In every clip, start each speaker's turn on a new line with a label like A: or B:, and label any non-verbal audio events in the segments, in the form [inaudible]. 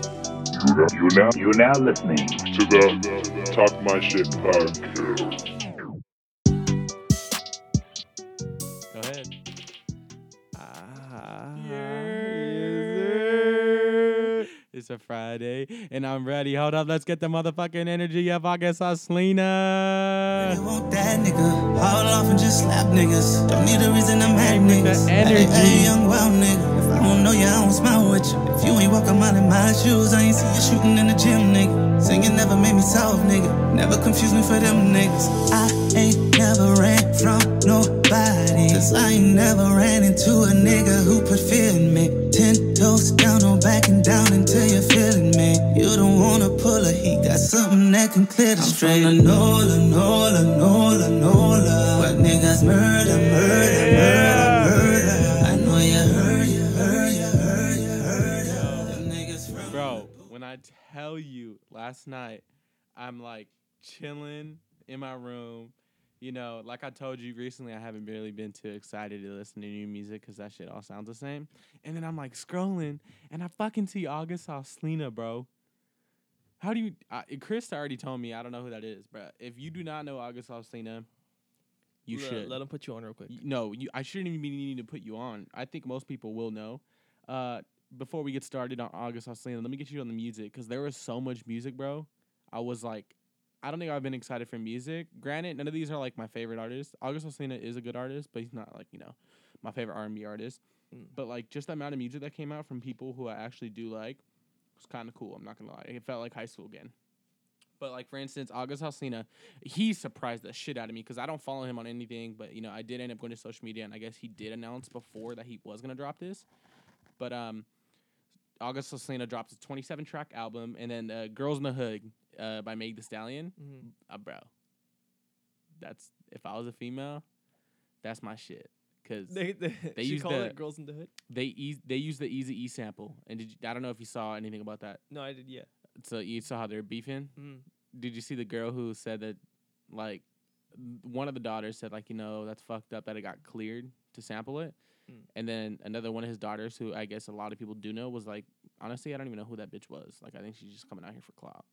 A: You now, you now,
B: You're now listening.
A: to the Talk My Shit podcast.
C: Go ahead. Ah,
D: Yeah.
C: It's a Friday, and I'm ready. Hold up, let's get the motherfucking energy up. I guess I
D: They
C: Selena.
D: walk that nigga, haul off and just slap niggas. Don't need a reason I'm mad
C: Give me the
D: niggas.
C: energy.
D: Hey, hey, young wild nigga. If I don't know you, I don't smile with you. If you ain't walking out in my shoes, I ain't see you shooting in the gym, nigga. Singing never made me soft, nigga. Never confuse me for them niggas. I ain't never ran from nobody. Cause I ain't never ran into a nigga who put fear in me. Ten toes down, no backing down until you're feeling me. You don't wanna pull a he got something that can clear the street. I'm from the Nola, Nola, Nola, Nola. Where niggas murder, murder, murder, murder. I know you heard, you heard, you heard, you heard. you heard. Them niggas from
C: Bro, when I tell you last night, I'm like chilling in my room. You know, like I told you recently, I haven't really been too excited to listen to new music because that shit all sounds the same. And then I'm like scrolling, and I fucking see August Selena, bro. How do you? I, Chris already told me I don't know who that is, but if you do not know August Selena, you
E: let,
C: should.
E: let them put you on real quick.
C: Y- No, you, I shouldn't even be needing to put you on. I think most people will know. Uh, before we get started on August Alsina, let me get you on the music because there was so much music, bro. I was like, I don't think I've been excited for music. Granted, none of these are like my favorite artists. August Alsina is a good artist, but he's not like you know my favorite R and B artist.
E: Mm.
C: But like just the amount of music that came out from people who I actually do like was kind of cool. I'm not gonna lie, it felt like high school again. But like for instance, August Alsina, he surprised the shit out of me because I don't follow him on anything. But you know, I did end up going to social media, and I guess he did announce before that he was gonna drop this. But um, August Alsina dropped his 27 track album, and then uh, "Girls in the Hood" uh, by Meg The Stallion.
E: Mhm.
C: Uh, bro, that's if I was a female, that's my shit. Cause
E: They, they,
C: [laughs] They
E: she
C: use
E: called
C: the-
E: it "Girls in the Hood."
C: they eas they use the Easy E sample, and did you, I don't know if you saw anything about that.
E: No, I did. Yeah.
C: So you saw how they're beefing.
E: Mm.
C: did you see the girl who said that like m- one of the daughters said like you know that's fucked up that it got cleared to sample it
E: Mm.
C: and then another one of his daughters who i guess a lot of people do know was like honestly i don't even know who that bitch was like i think she's just coming out here for clout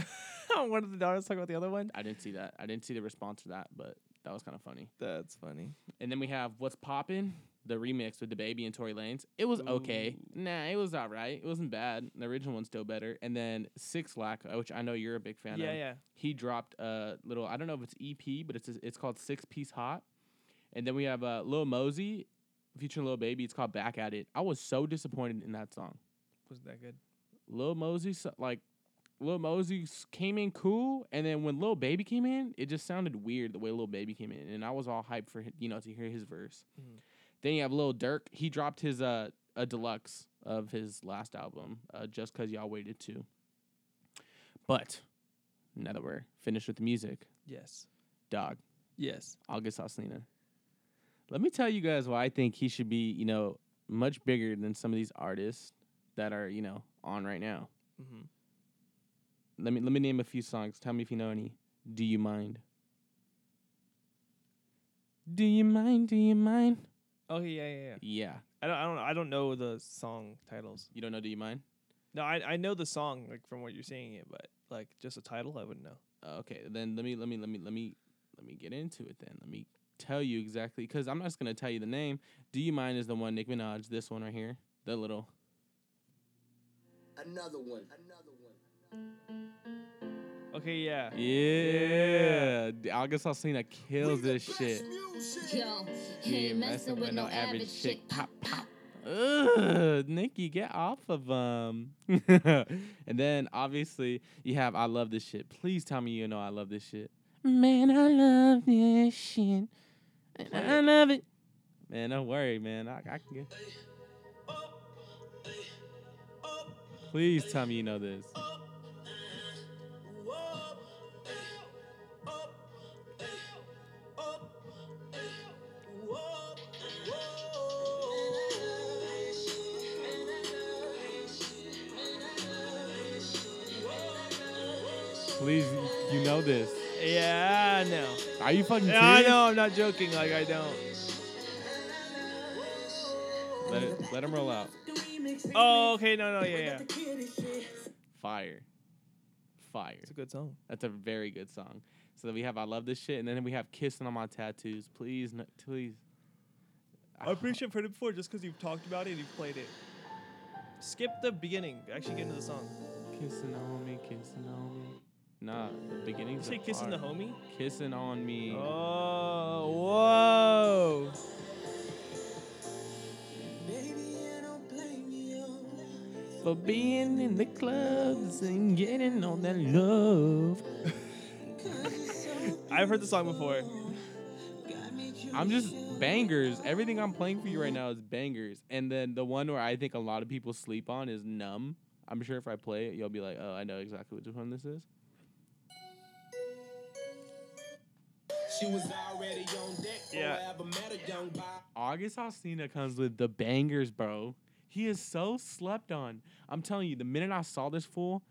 E: [laughs] one of the daughters talking about the other one.
C: i didn't see that i didn't see the response to that but that was kind of funny
E: That's funny.
C: and then we have what's poppin the remix with the baby and Tory Lanez. It was okay. Nah, it was all right. It wasn't bad. The original one's still better. And then Six Lack, uh, which I know you're a big fan
E: yeah,
C: of.
E: yeah.
C: he dropped a little I don't know if it's EP, but it's it's called Six Piece Hot. And then we have uh, Lil Mosey featuring Lil Baby. It's called Back at It. I was so disappointed in that song.
E: Wasn't that good?
C: Lil Mosey so- like Lil Mosey s- came in cool, and then when Lil Baby came in, it just sounded weird the way Lil Baby came in, and I was all hyped for hi- you know to hear his verse.
E: Mhm.
C: Then you have Lil Durk. He dropped his uh a deluxe of his last album, uh, just cause y'all waited too. But now that we're finished with the music,
E: Yes.
C: dog.
E: Yes.
C: August Alsina. Let me tell you guys why I think he should be, you know, much bigger than some of these artists that are, you know, on right now.
E: Mm-hmm.
C: Let me let me name a few songs. Tell me if you know any. Do you mind? Do you mind? Do you mind?
E: Okay. Yeah, yeah, yeah.
C: Yeah.
E: I don't. I don't. I don't know the song titles.
C: You don't know Do You Mind?
E: No, I. I know the song like from what you're singing it, but like just a title, I wouldn't know.
C: Uh, okay, then let me let me let me let me let me get into it then. Let me tell you exactly cuz I'm not just going to tell you the name. Do You Mind is the one Nick Minaj, this one right here. The little
F: Another one. Another one.
E: Okay. Yeah.
C: Yeah. D- August Alsina kills this shit.
G: Yo, hey, messing with no average chick. Pop, pop.
C: Ugh, Nikki, get off of them. [laughs] and then obviously you have I love this shit. Please tell me you know I love this shit. Man, I love this shit. And I love it. Man, don't worry, man. I, I can get. Please tell me you know this. Please, you know this.
E: Yeah. No.
C: Are you fucking
E: Yeah, I
C: serious?
E: know. I'm not joking. Like I don't.
C: Let it, let him roll out.
E: Oh. Okay. No. No. Yeah. Yeah.
C: fire, fire.
E: It's a good song.
C: That's a very good song. So then we have I love this shit, and then we have kissing on my tattoos. Please, no, please.
E: I'm pretty sure I've heard it before just because you've talked about it and you've played it. Skip the beginning. Actually, get into the song.
C: Kissing on me, kissing on me. Nah, the
E: You
C: beginning's
E: say
C: a
E: kissing the
C: fire.
E: homie?
C: Kissing on me.
E: Oh, whoa.
C: For being in the clubs and getting all that love.
E: I've heard the song before.
C: I'm just bangers. Everything I'm playing for you right now is bangers. And then the one where I think a lot of people sleep on is numb. I'm sure if I play it, you'll be like, oh, I know exactly which one this is.
B: She was already on deck before
E: Yeah.
B: I ever met a young bi-
C: August Alsina comes with the bangers, bro. He is so slept on. I'm telling you, the minute I saw this fool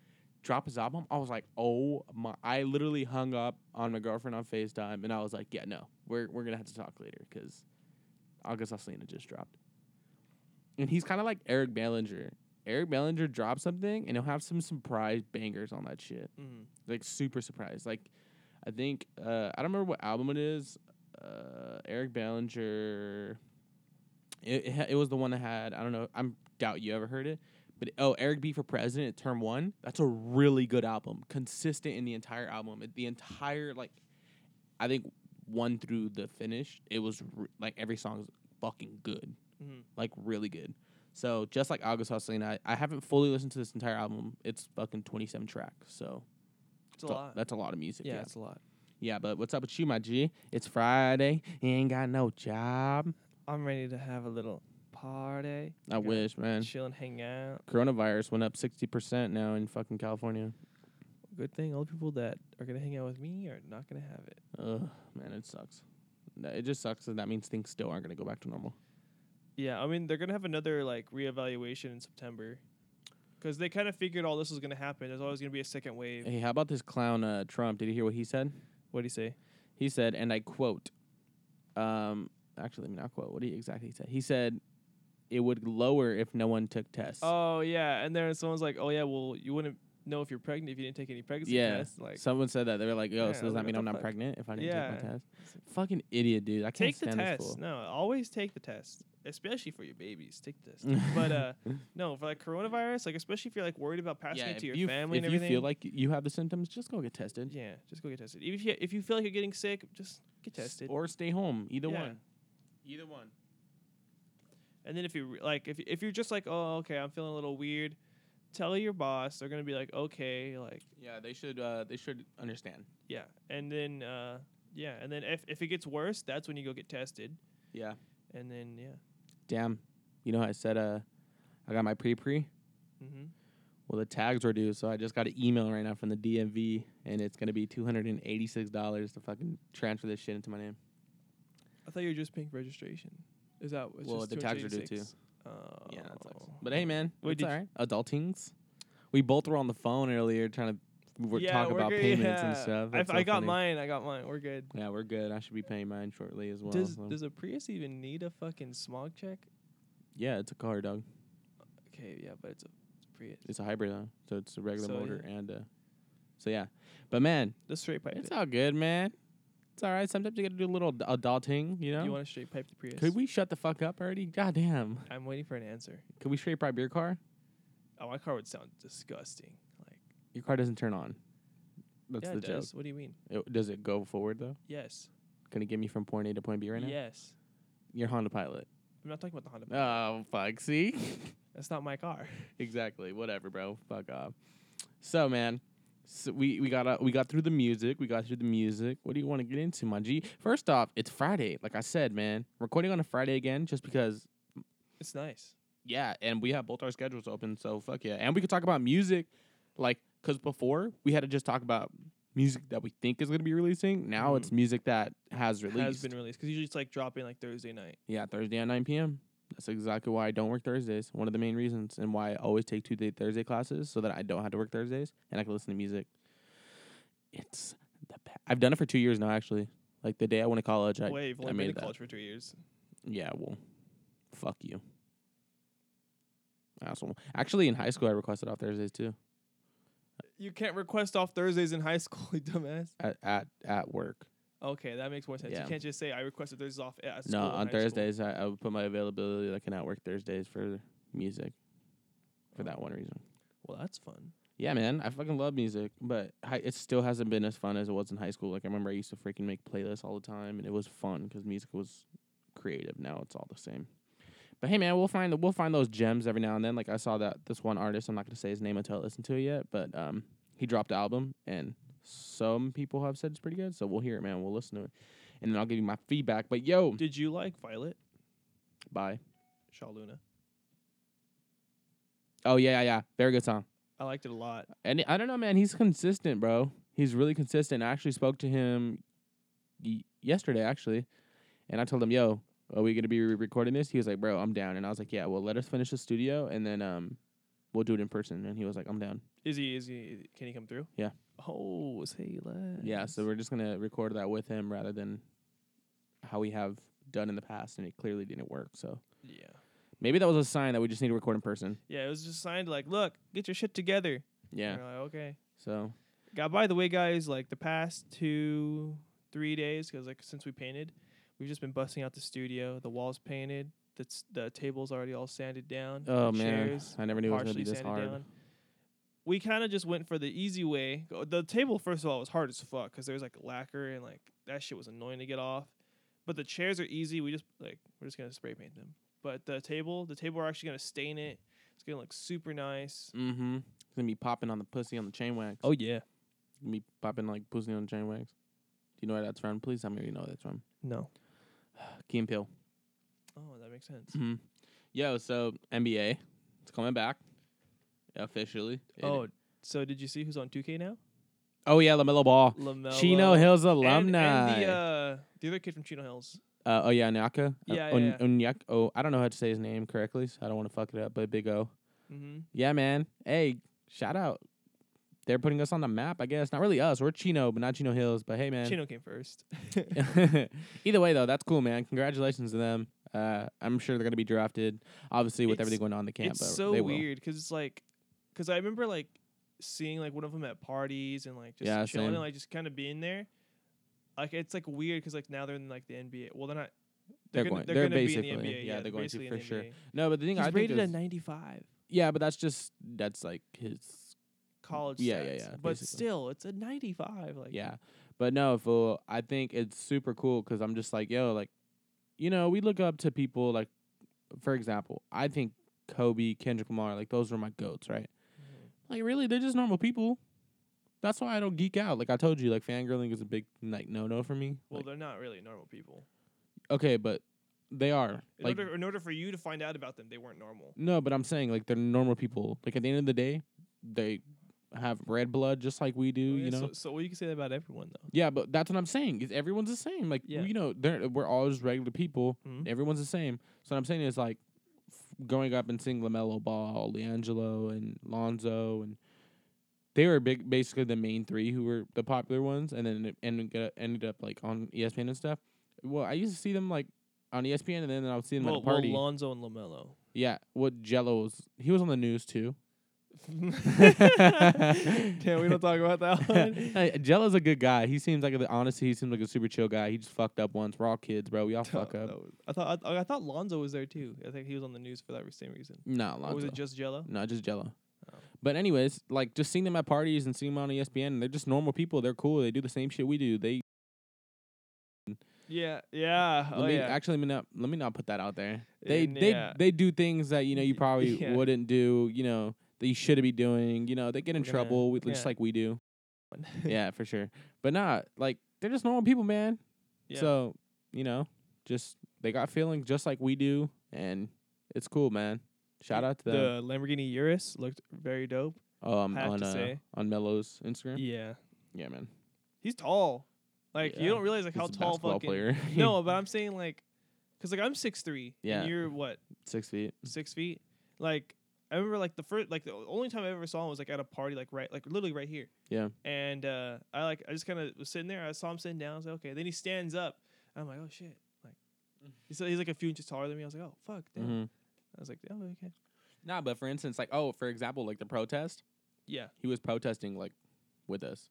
C: drop his album, I was like, oh my. I literally hung up on my girlfriend on FaceTime and I was like, yeah, no, we're, we're going to have to talk later because August Alsina just dropped. And he's kind of like Eric Bellinger. Eric Bellinger drops something and he'll have some surprise bangers on that shit
E: Mm.
C: like super surprised. Like, I think uh, I don't remember what album it is. Uh, Eric Ballinger. It, it ha- it was the one I had. I don't know. I'm doubt you ever heard it, but oh, Eric B for President, Term One. That's a really good album. Consistent in the entire album. It- the entire like, I think one through the finish, it was re- like every song is fucking good,
E: Mhm.
C: like really good. So just like August Hustlina, I, I haven't fully listened to this entire album. It's fucking 27 tracks. So
E: It's a
C: so
E: lot.
C: That's a lot of music.
E: yeah,
C: Yeah.
E: it's a lot.
C: Yeah, but what's up with you, my G? It's Friday. You ain't got no job.
E: I'm ready to have a little party.
C: I wish, man.
E: Chill and hang out.
C: Coronavirus went up 60% now in fucking California.
E: Good thing all the people that are gonna hang out with me are not gonna have it.
C: Ugh, man, it sucks. That- It just sucks that that means things still aren't going to go back to normal.
E: Yeah, I mean they're gonna have another like reevaluation in September, because they kind of figured all this was gonna happen. There's always gonna be a second wave.
C: Hey, how about this clown uh, Trump? Did you hear what he said?
E: What do you say?
C: He said, and I quote, um, actually, let me not quote. What did he exactly say? He said, it would lower if no one took tests.
E: Oh yeah, and then someone's like, oh yeah, well you wouldn't know if you're pregnant if you didn't take any pregnancy
C: yeah,
E: tests. Like
C: someone said that. They were like, yo,
E: Yeah,
C: so does that
E: like,
C: mean
E: what
C: I'm
E: the
C: not
E: fuck?
C: pregnant if I didn't take my
E: Yeah.
C: test? Fucking idiot, dude. I can't
E: take the
C: stand this fool.
E: test. No, always take the test, especially for your babies. Take
C: [laughs]
E: the test. but uh, no, for like coronavirus, like especially if you're like worried about passing
C: yeah,
E: it
C: if
E: to your
C: you,
E: family
C: if
E: and everything.
C: you feel like you have the symptoms, just go get tested.
E: yeah, just go get tested. Even if you if you feel like you're getting sick, just get
C: S-
E: tested.
C: or stay home. Either
E: Yeah.
C: one. Either one.
E: And then if you re- like, if if you're just like, oh, okay, I'm feeling a little weird, tell your boss. They're gonna be like, okay, like,
C: Yeah, they should. Uh, they should understand.
E: yeah. And then uh, yeah. And then if if it gets worse, that's when you go get tested.
C: Yeah.
E: And then yeah.
C: Damn. You know, I said uh, I got my pre pre.
E: Mm-hmm.
C: Well, the tags were due, so I just got an email right now from the DMV, and it's gonna be two hundred and eighty six dollars to fucking transfer this shit into my name.
E: I thought you were just paying registration. Is that it's
C: Well,
E: just
C: the tags are due, too.
E: 286? Oh.
C: Yeah, that sucks. But hey, man,
E: Wait,
C: it's
E: did
C: all
E: you-
C: right. Adultings. We both were on the phone earlier trying to we're talk
E: we're
C: about
E: good,
C: payments and
E: yeah.
C: stuff.
E: I,
C: That's so
E: I got
C: funny.
E: mine. I got mine. We're good.
C: Yeah, we're good. I should be paying mine shortly as well.
E: does
C: so-
E: does a Prius even need a fucking smog check?
C: yeah, it's a car, dog.
E: Okay, yeah, but it's a, it's a Prius.
C: It's a hybrid though, so it's a regular
E: So,
C: motor and uh, so yeah. But man,
E: the straight pipe.
C: it's
E: it.
C: all good, man. It's all right. Sometimes you got to do a little ad- adulting, you know.
E: You want to straight pipe the Prius?
C: Could we shut the fuck up already? Goddamn.
E: I'm waiting for an answer.
C: Could we straight bribe your car?
E: Oh, my car would sound disgusting. Like
C: Your car doesn't turn on. That's
E: yeah,
C: the
E: it
C: joke.
E: does. What do you mean?
C: It- does it go forward though?
E: Yes.
C: Can it get me from point A to point B right now?
E: Yes.
C: Your Honda Pilot.
E: I'm not talking about the Honda. Pilot.
C: Oh fuck. See. [laughs]
E: That's not my car. [laughs]
C: exactly. Whatever, bro. Fuck off. So, man, so we we got uh, we got through the music. We got through the music. What do you want to get into, my G? First off, it's Friday. Like I said, man, recording on a Friday again, just because.
E: It's nice.
C: Yeah, and we have both our schedules open, so fuck yeah, and we could talk about music, like because before we had to just talk about music that we think is gonna be releasing. Now it's music that has
E: It
C: released.
E: Mm-hmm. Has been released because usually it's like dropping like Thursday night.
C: Yeah, Thursday at 9 p.m. That's exactly why I don't work Thursdays. One of the main reasons, and why I always take Tuesday Thursday classes so that I don't have to work Thursdays and I can listen to music. It's the be- I've done it for two years now, actually. Like the day I went to college, I,
E: Wait,
C: I
E: I've only been
C: made
E: in
C: that.
E: college for two years.
C: Yeah, well, fuck you, asshole. Actually, in high school, I requested off Thursdays too.
E: you can't request off Thursdays in high [laughs] school, you dumbass.
C: at at, at work.
E: Okay, that makes more sense.
C: Yeah.
E: You can't just say I requested Thursdays off at school.
C: No,
E: in
C: on
E: high school."
C: Thursdays I, I would put my availability like an at work Thursdays for music, for that one reason.
E: Well, that's fun.
C: Yeah, man, I fucking love music, but hi- it still hasn't been as fun as it was in high school. Like I remember I used to freaking make playlists all the time, and it was fun because music was creative. Now it's all the same. But hey, man, we'll find the, we'll find those gems every now and then. Like I saw that this one artist, I'm not gonna say his name until I listen to it yet, but um, he dropped an album, and some people have said it's pretty good. So we'll hear it, man. We'll listen to it, and then I'll give you my feedback. But yo,
E: Did you like Violet
C: bye.
E: Shaluna?
C: Oh yeah, yeah, yeah, very good song.
E: I liked it a lot.
C: And I don't know, man. He's consistent, bro. He's really consistent. I actually spoke to him y- yesterday, actually, and I told him, "Yo, are we gonna be re- recording this?" He was like, "Bro, I'm down." And I was like, "Yeah, well, let us finish the studio, and then um, we'll do it in person." And he was like, "I'm down."
E: Is he? Is he? Can he come through?
C: Yeah.
E: Oh, say less.
C: Yeah, so we're just gonna record that with him rather than how we have done in the past, and it clearly didn't work. So
E: yeah,
C: maybe that was a sign that we just need to record in person.
E: yeah. It was just signed like, look, get your shit together.
C: Yeah.
E: And we're like, okay.
C: So
E: God, by the way, guys, like the past two, three days, because like since we painted, we've just been busting out the studio. The walls painted. The s- the tables already all sanded down.
C: oh
E: the
C: man,
E: chairs
C: I never knew it was gonna
E: partially
C: be this
E: sanded
C: hard.
E: down. We kind of just went for the easy way. Go- The table, first of all, was hard as fuck because there was like lacquer and like that shit was annoying to get off. But the chairs are easy. We just like we're just gonna spray paint them. But the table, the table, we're actually gonna stain it. It's gonna look super nice.
C: Mm-hmm. It's gonna be popping on the pussy on the chain wax.
E: yeah.
C: me popping like pussy on chain wax. Do you know where that's from? Please tell me you know where that's from.
E: No.
C: Key and Peele.
E: Oh, that makes sense.
C: Mm-hmm. Yo, so NBA, it's coming back officially. It-
E: Oh, so did you see who's on 2K now?
C: oh yeah, Lamelo Ball,
E: Lamelo.
C: Chino Hills
E: And-
C: alumni.
E: And, the, uh, the other kid from Chino Hills.
C: uh, oh yeah, Onyaka.
E: Yeah,
C: uh, Un-
E: yeah, yeah.
C: Onyak- Oh, I don't know how to say his name correctly, so I don't want to fuck it up. But Big O.
E: hmm
C: Yeah, man. Hey, shout out. They're putting us on the map, I guess. Not really us. We're Chino, but not Chino Hills. But hey, man.
E: Chino
C: [laughs]
E: came first.
C: Either way, though, that's cool, man. Congratulations to them. Uh, I'm sure they're gonna be drafted. Obviously, with
E: It's-
C: everything going on in the camp,
E: it's
C: but
E: so
C: they will.
E: weird because it's like, because I remember like seeing like one of them at parties and like just
C: Yeah,
E: chilling
C: same.
E: and like just kind of being there. Like it's like weird because like now they're in like the NBA. Well, they're not.
C: They're
E: gonna,
C: going-
E: They're,
C: they're
E: gonna be in
C: basically-
E: the NBA.
C: yeah, they're going to
E: basically in
C: for
E: the
C: sure.
E: NBA.
C: No, but the thing I
E: He's
C: think
E: rated a
C: is,
E: 95
C: yeah, but that's just that's like his,
E: college.
C: Yeah, yeah,
E: stats,
C: yeah,
E: But
C: basically.
E: still, it's a 95. Like
C: yeah. But no, fool. I think it's super cool because I'm just like, yo, like, you know, we look up to people like, for example, I think Kobe, Kendrick Lamar, like those are my goats, right?
E: Mm-hmm.
C: Like, really, they're just normal people. That's why I don't geek out. Like I told you, like fangirling is a big like no no for me.
E: Well,
C: Like,
E: they're not really normal people.
C: okay, but they are
E: In,
C: like
E: order, in order for you to find out about them, they weren't normal.
C: No, but I'm saying like they're normal people. Like at the end of the day, they have red blood just like we do,
E: Oh, yeah,
C: you know.
E: So, so well, you can say that about everyone though.
C: yeah, but that's what I'm saying. Is everyone's the same? Like
E: Yeah.
C: you know, they're, we're all just regular people.
E: Mhm.
C: Everyone's the same. So what I'm saying is like f- growing up and seeing Lamelo Ball, Leangelo, and Lonzo, and they were big, basically the main three who were the popular ones, and then it ended, up- ended up like on E ESPN and stuff. Well, I used to see them like on E ESPN, and then I would see them
E: well,
C: at a party.
E: well, Lonzo and Lamelo.
C: yeah, what Jello was? He was on the news
E: [laughs]
C: too. [laughs]
E: Damn, we don't talk about [laughs] that one.
C: Hey, Jello's a good guy. He seems like a, honestly, he seems like a super chill guy. He just fucked up once. We're all kids, bro. We all fuck
E: No,
C: up.
E: no. I thought I, I thought Lonzo was there too. I think he was on the news for that same reason.
C: No, Lonzo.
E: Or was it just Jello?
C: no, just Jello.
E: Oh.
C: But anyways, like just seeing them at parties and seeing them on E ESPN, and they're just normal people. They're cool. They do the same shit we do. They
E: Yeah, yeah.
C: let
E: Oh,
C: me
E: yeah. [laughs]
C: actually let me not let me not put that out there. They
E: And,
C: they
E: yeah.
C: they do things that you know you
E: Y-
C: probably
E: [laughs] yeah.
C: wouldn't do. You know that you shouldn't be doing. You know they get in
E: We're gonna-
C: trouble with,
E: yeah.
C: just like we do. yeah, for sure. But not like they're just normal people, man.
E: Yeah.
C: So, you know, just they got feelings just like we do, and it's cool, man. Shout out to
E: the
C: them
E: Lamborghini Urus looked very dope.
C: um,
E: I have
C: on
E: to
C: uh,
E: say.
C: on Melo's Instagram.
E: Yeah,
C: Yeah, man.
E: he's tall. Like
C: Yeah.
E: you don't realize like how
C: He's a
E: tall
C: basketball
E: fucking.
C: player.
E: [laughs] no, but I'm saying like, cause like I'm six three.
C: Yeah.
E: And you're what
C: six feet.
E: six feet? Like I remember like the first like the only time I ever saw him was like at a party like right like literally right here.
C: Yeah.
E: And uh, I like I just kind of was sitting there. I saw him sitting down. I was like, okay. Then he stands up. I'm like, oh shit. Like he's he's like a few inches taller than me. I was like, oh fuck. Damn.
C: Mm-hmm.
E: I was like, oh okay.
C: Nah, but for instance, like oh, for example, like the protest,
E: Yeah.
C: He was protesting like with us.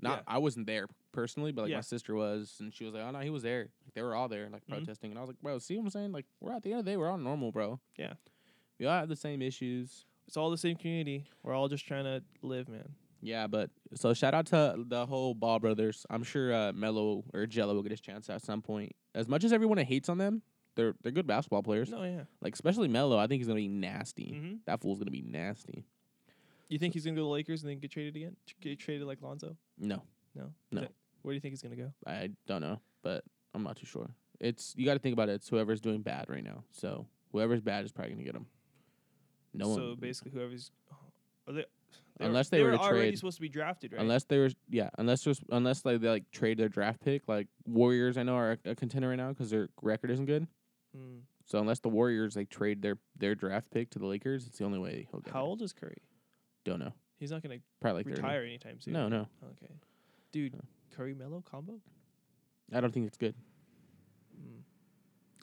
C: Not
E: Yeah.
C: I wasn't there personally, but like
E: Yeah.
C: my sister was, and she was like, "Oh no, he was there. Like, they were all there, like
E: Mhm.
C: protesting." And I was like, "Bro, see what I'm saying? Like we're at the end of the day, we're all normal, bro.
E: Yeah.
C: we all have the same issues.
E: It's all the same community. We're all just trying to live, man.
C: Yeah, but so shout out to the whole Ball brothers. I'm sure uh, Mello or Jello will get his chance at some point. As much as everyone hates on them, they're they're good basketball players.
E: No, yeah.
C: Like especially Mello, I think he's gonna be nasty.
E: Mm-hmm.
C: That fool's gonna be nasty.
E: You think he's gonna go to the Lakers and then get traded again? Tr- Get traded like Lonzo?
C: No,
E: No.
C: No.
E: Th- Where do you think he's gonna go?
C: I don't know, but I'm not too sure. It's you got to think about it. It's whoever's doing bad right now. So whoever's bad is probably gonna get him. No
E: so
C: one,
E: basically, whoever's uh, are they, they
C: Unless they
E: they
C: were
E: were
C: to
E: already
C: trade-
E: supposed to be drafted, right?
C: unless there's yeah, unless there's unless like they like trade their draft pick. Like Warriors, I know are a, a contender right now because their record isn't good.
E: Mm.
C: So unless the Warriors like trade their their draft pick to the Lakers, it's the only way he'll get.
E: how
C: it.
E: old is Curry?
C: Don't know.
E: He's not gonna
C: Probably like 30.
E: retire anytime soon.
C: No, no.
E: Okay, dude, Curry Mello combo.
C: I don't think it's good.
E: Mm.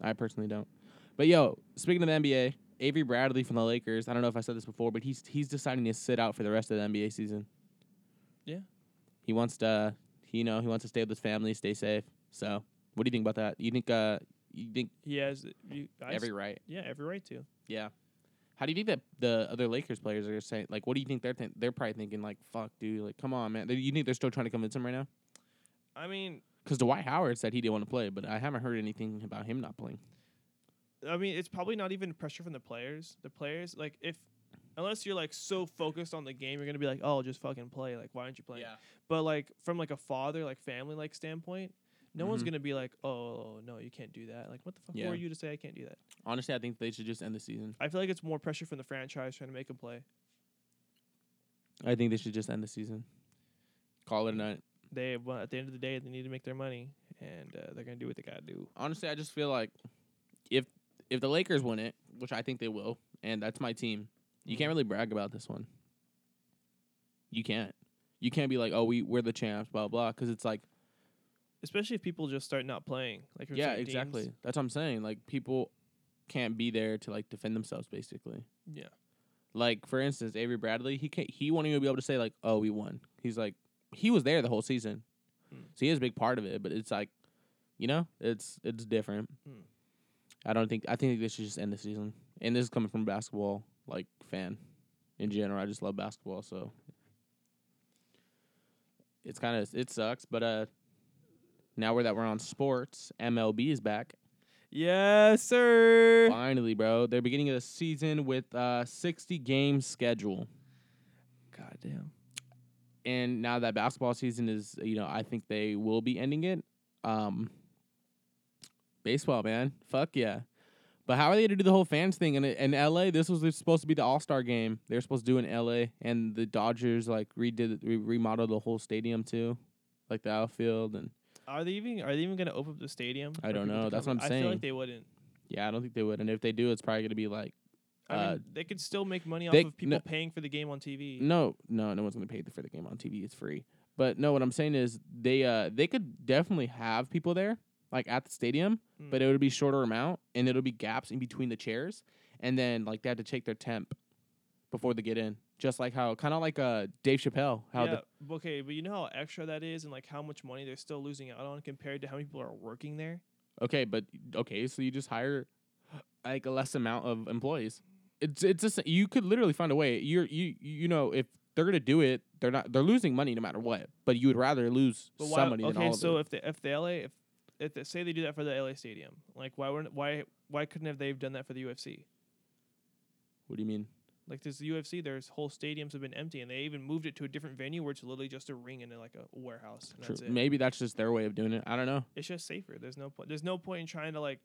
C: I personally don't. But yo, speaking of the NBA, Avery Bradley from the Lakers. I don't know if I said this before, but he's he's deciding to sit out for the rest of the NBA season.
E: Yeah.
C: He wants to, uh, you know, he wants to stay with his family, stay safe. So, what do you think about that? You think, uh, you think
E: He has you, I s-
C: every right?
E: yeah every right to.
C: Yeah. How do you think that the other Lakers players are saying? Like, what do you think they're think they're probably thinking? Like, fuck, dude, like, come on, man. They- You think they're still trying to convince him right now?
E: I mean,
C: Because Dwight Howard said he didn't want to play, but I haven't heard anything about him not playing.
E: I mean, it's probably not even pressure from the players. The players, like, if unless you're like so focused on the game, you're gonna be like, oh, just fucking play. Like, why aren't you playing? But like from like a father, like family, like standpoint, no one's
C: Mhm.
E: gonna be like, oh no, you can't do that. Like, what the fuck
C: Yeah.
E: were you to say I can't do that?
C: Honestly, I think they should just end the season.
E: I feel like it's more pressure from the franchise trying to make him play.
C: I think they should just end the season. Call it a night.
E: They well, at the end of the day, they need to make their money, and uh, they're gonna do what they gotta do.
C: Honestly, I just feel like if if the Lakers win it, which I think they will, and that's my team, you can't really brag about this one. You can't. You can't be like, oh, we we're the champs, blah blah, because it's like,
E: Especially if people just start not playing. Like from
C: yeah,
E: certain teams.
C: exactly. That's what I'm saying. Like people can't be there to like defend themselves, basically.
E: Yeah.
C: Like for instance, Avery Bradley, he can't. He won't even be able to say like, "Oh, we won." He's like, he was there the whole season,
E: Hmm.
C: so he is a big part of it. But it's like, you know, it's it's different.
E: Hmm.
C: I don't think I think they should just end the season. And this is coming from a basketball like fan in general. I just love basketball, so it's kind of it sucks. But uh, now we're that we're on sports, MLB is back.
E: Yes, [laughs] sir.
C: Finally, bro. They're beginning of the season with uh 60 game schedule.
E: Goddamn.
C: And now that basketball season is, you know, I think they will be ending it. Um baseball, man. Fuck yeah. But how are they going to do the whole fans thing? And in LA, this was supposed to be the All Star game. They were supposed to do in LA, and the Dodgers like redid, re- remodeled the whole stadium too, like the outfield. And
E: Are they even are they even gonna open up the stadium?
C: I
E: for
C: don't
E: people to
C: know. That's
E: come
C: what I'm
E: in? I feel
C: saying.
E: like they wouldn't.
C: yeah, I don't think they would. And if they do, it's probably going to be like,
E: I
C: Uh,
E: mean, they could still make money
C: they-
E: off of people
C: no-
E: paying for the game on TV.
C: No, no, no one's gonna pay for the game on TV. It's free. But no, what I'm saying is they uh they could definitely have people there, like at the stadium,
E: Hmm.
C: but it would be shorter amount and it'll be gaps in between the chairs, and then like they have to check their temp before they get in, just like how kind of like uh Dave Chappelle how
E: yeah,
C: the
E: b- okay, but you know how extra that is, and like how much money they're still losing out on compared to how many people are working there.
C: okay, but okay, so you just hire like a less amount of employees. It's it's just you could literally find a way. You're you you know if they're gonna do it, they're not they're losing money no matter what. But you would rather lose
E: But why?
C: some money than
E: okay,
C: all of it.
E: so if the if the LA if if they, say they do that for the LA stadium, like why weren't why why couldn't have they've done that for the UFC?
C: What do you mean?
E: Like this UFC, their whole stadiums have been empty, and they even moved it to a different venue where it's literally just a ring and uh, like a warehouse. And
C: True.
E: that's it.
C: Maybe that's just their way of doing it. I don't know.
E: It's just safer. There's no point. There's no point in trying to like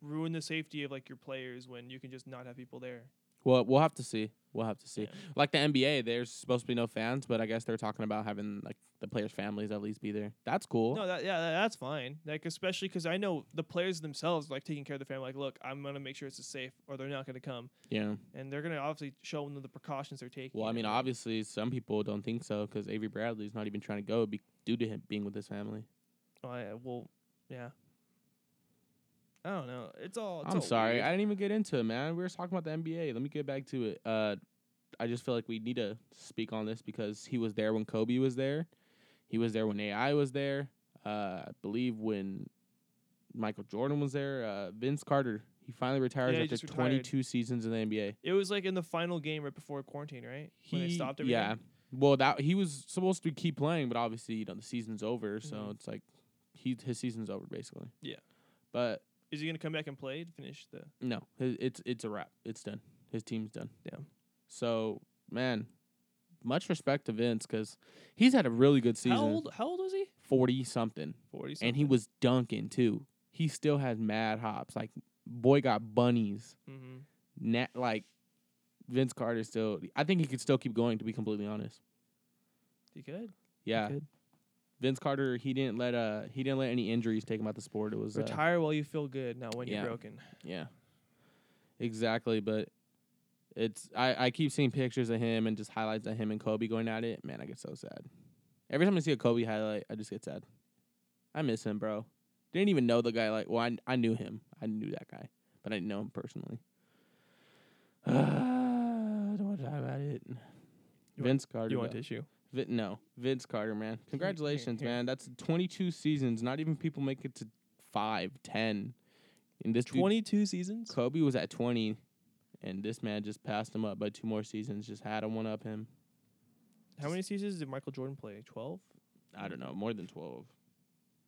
E: ruin the safety of like your players when you can just not have people there.
C: Well, we'll have to see. We'll have to see.
E: Yeah.
C: Like the NBA, there's supposed to be no fans, but I guess they're talking about having like the players' families at least be there. That's cool.
E: No, that, yeah, that, that's fine. Like especially because I know the players themselves like taking care of the family. Like, look, I'm gonna make sure it's safe, or they're not gonna come,
C: yeah.
E: and they're gonna obviously show them the precautions they're taking.
C: Well, I
E: and
C: mean,
E: everything.
C: obviously, some people don't think so because Avery Bradley's not even trying to go be- due to him being with his family.
E: Oh, yeah, well, yeah. I don't know. It's all. It's
C: I'm
E: all
C: sorry,
E: weird.
C: I didn't even get into it, man. We were talking about the NBA. Let me get back to it. Uh, I just feel like we need to speak on this because he was there when Kobe was there, he was there when AI was there. Uh, I believe when Michael Jordan was there, uh, Vince Carter he finally retires
E: Yeah, he
C: after
E: just retired.
C: 22 seasons in the NBA.
E: It was like in the final game right before quarantine, right? when they
C: He-
E: stopped everything.
C: yeah. Well, that he was supposed to keep playing, but obviously you know the season's over, so
E: Mhm.
C: it's like he his season's over basically.
E: Yeah.
C: but
E: Is he gonna come back and play to finish the?
C: No, hi- it's it's a wrap. It's done. His team's done.
E: Yeah.
C: So man, much respect to Vince because he's had a really good season.
E: How old? How old was he?
C: Forty something,
E: Forty. Something.
C: and he was dunking too. He still has mad hops. Like boy got bunnies.
E: Mm-hmm.
C: Nat, like Vince Carter still. I think he could still keep going. To be completely honest.
E: He could.
C: Yeah.
E: could.
C: Vince Carter, he didn't let uh he didn't let any injuries take him out the sport. It was uh,
E: Retire while you feel good, not when
C: yeah.
E: you're broken.
C: Yeah. Exactly, but it's I, I keep seeing pictures of him and just highlights of him and Kobe going at it. Man, I get so sad. Every time I see a Kobe highlight, I just get sad. I miss him, bro. Didn't even know the guy like well, I, I knew him. I knew that guy, but I didn't know him personally. [sighs] Uh, I don't want to talk about it.
E: You want-
C: Vince Carter.
E: You want
C: though.
E: tissue?
C: Vi- no, Vince Carter, man. Congratulations,
E: here.
C: man. That's 22 seasons. Not even people make it to five, ten. And this dude-
E: Twenty-two seasons.
C: Kobe was at 20, and this man just passed him up by two more seasons. Just had him one up him.
E: How many seasons did Michael Jordan play? Twelve.
C: I don't know, more than 12.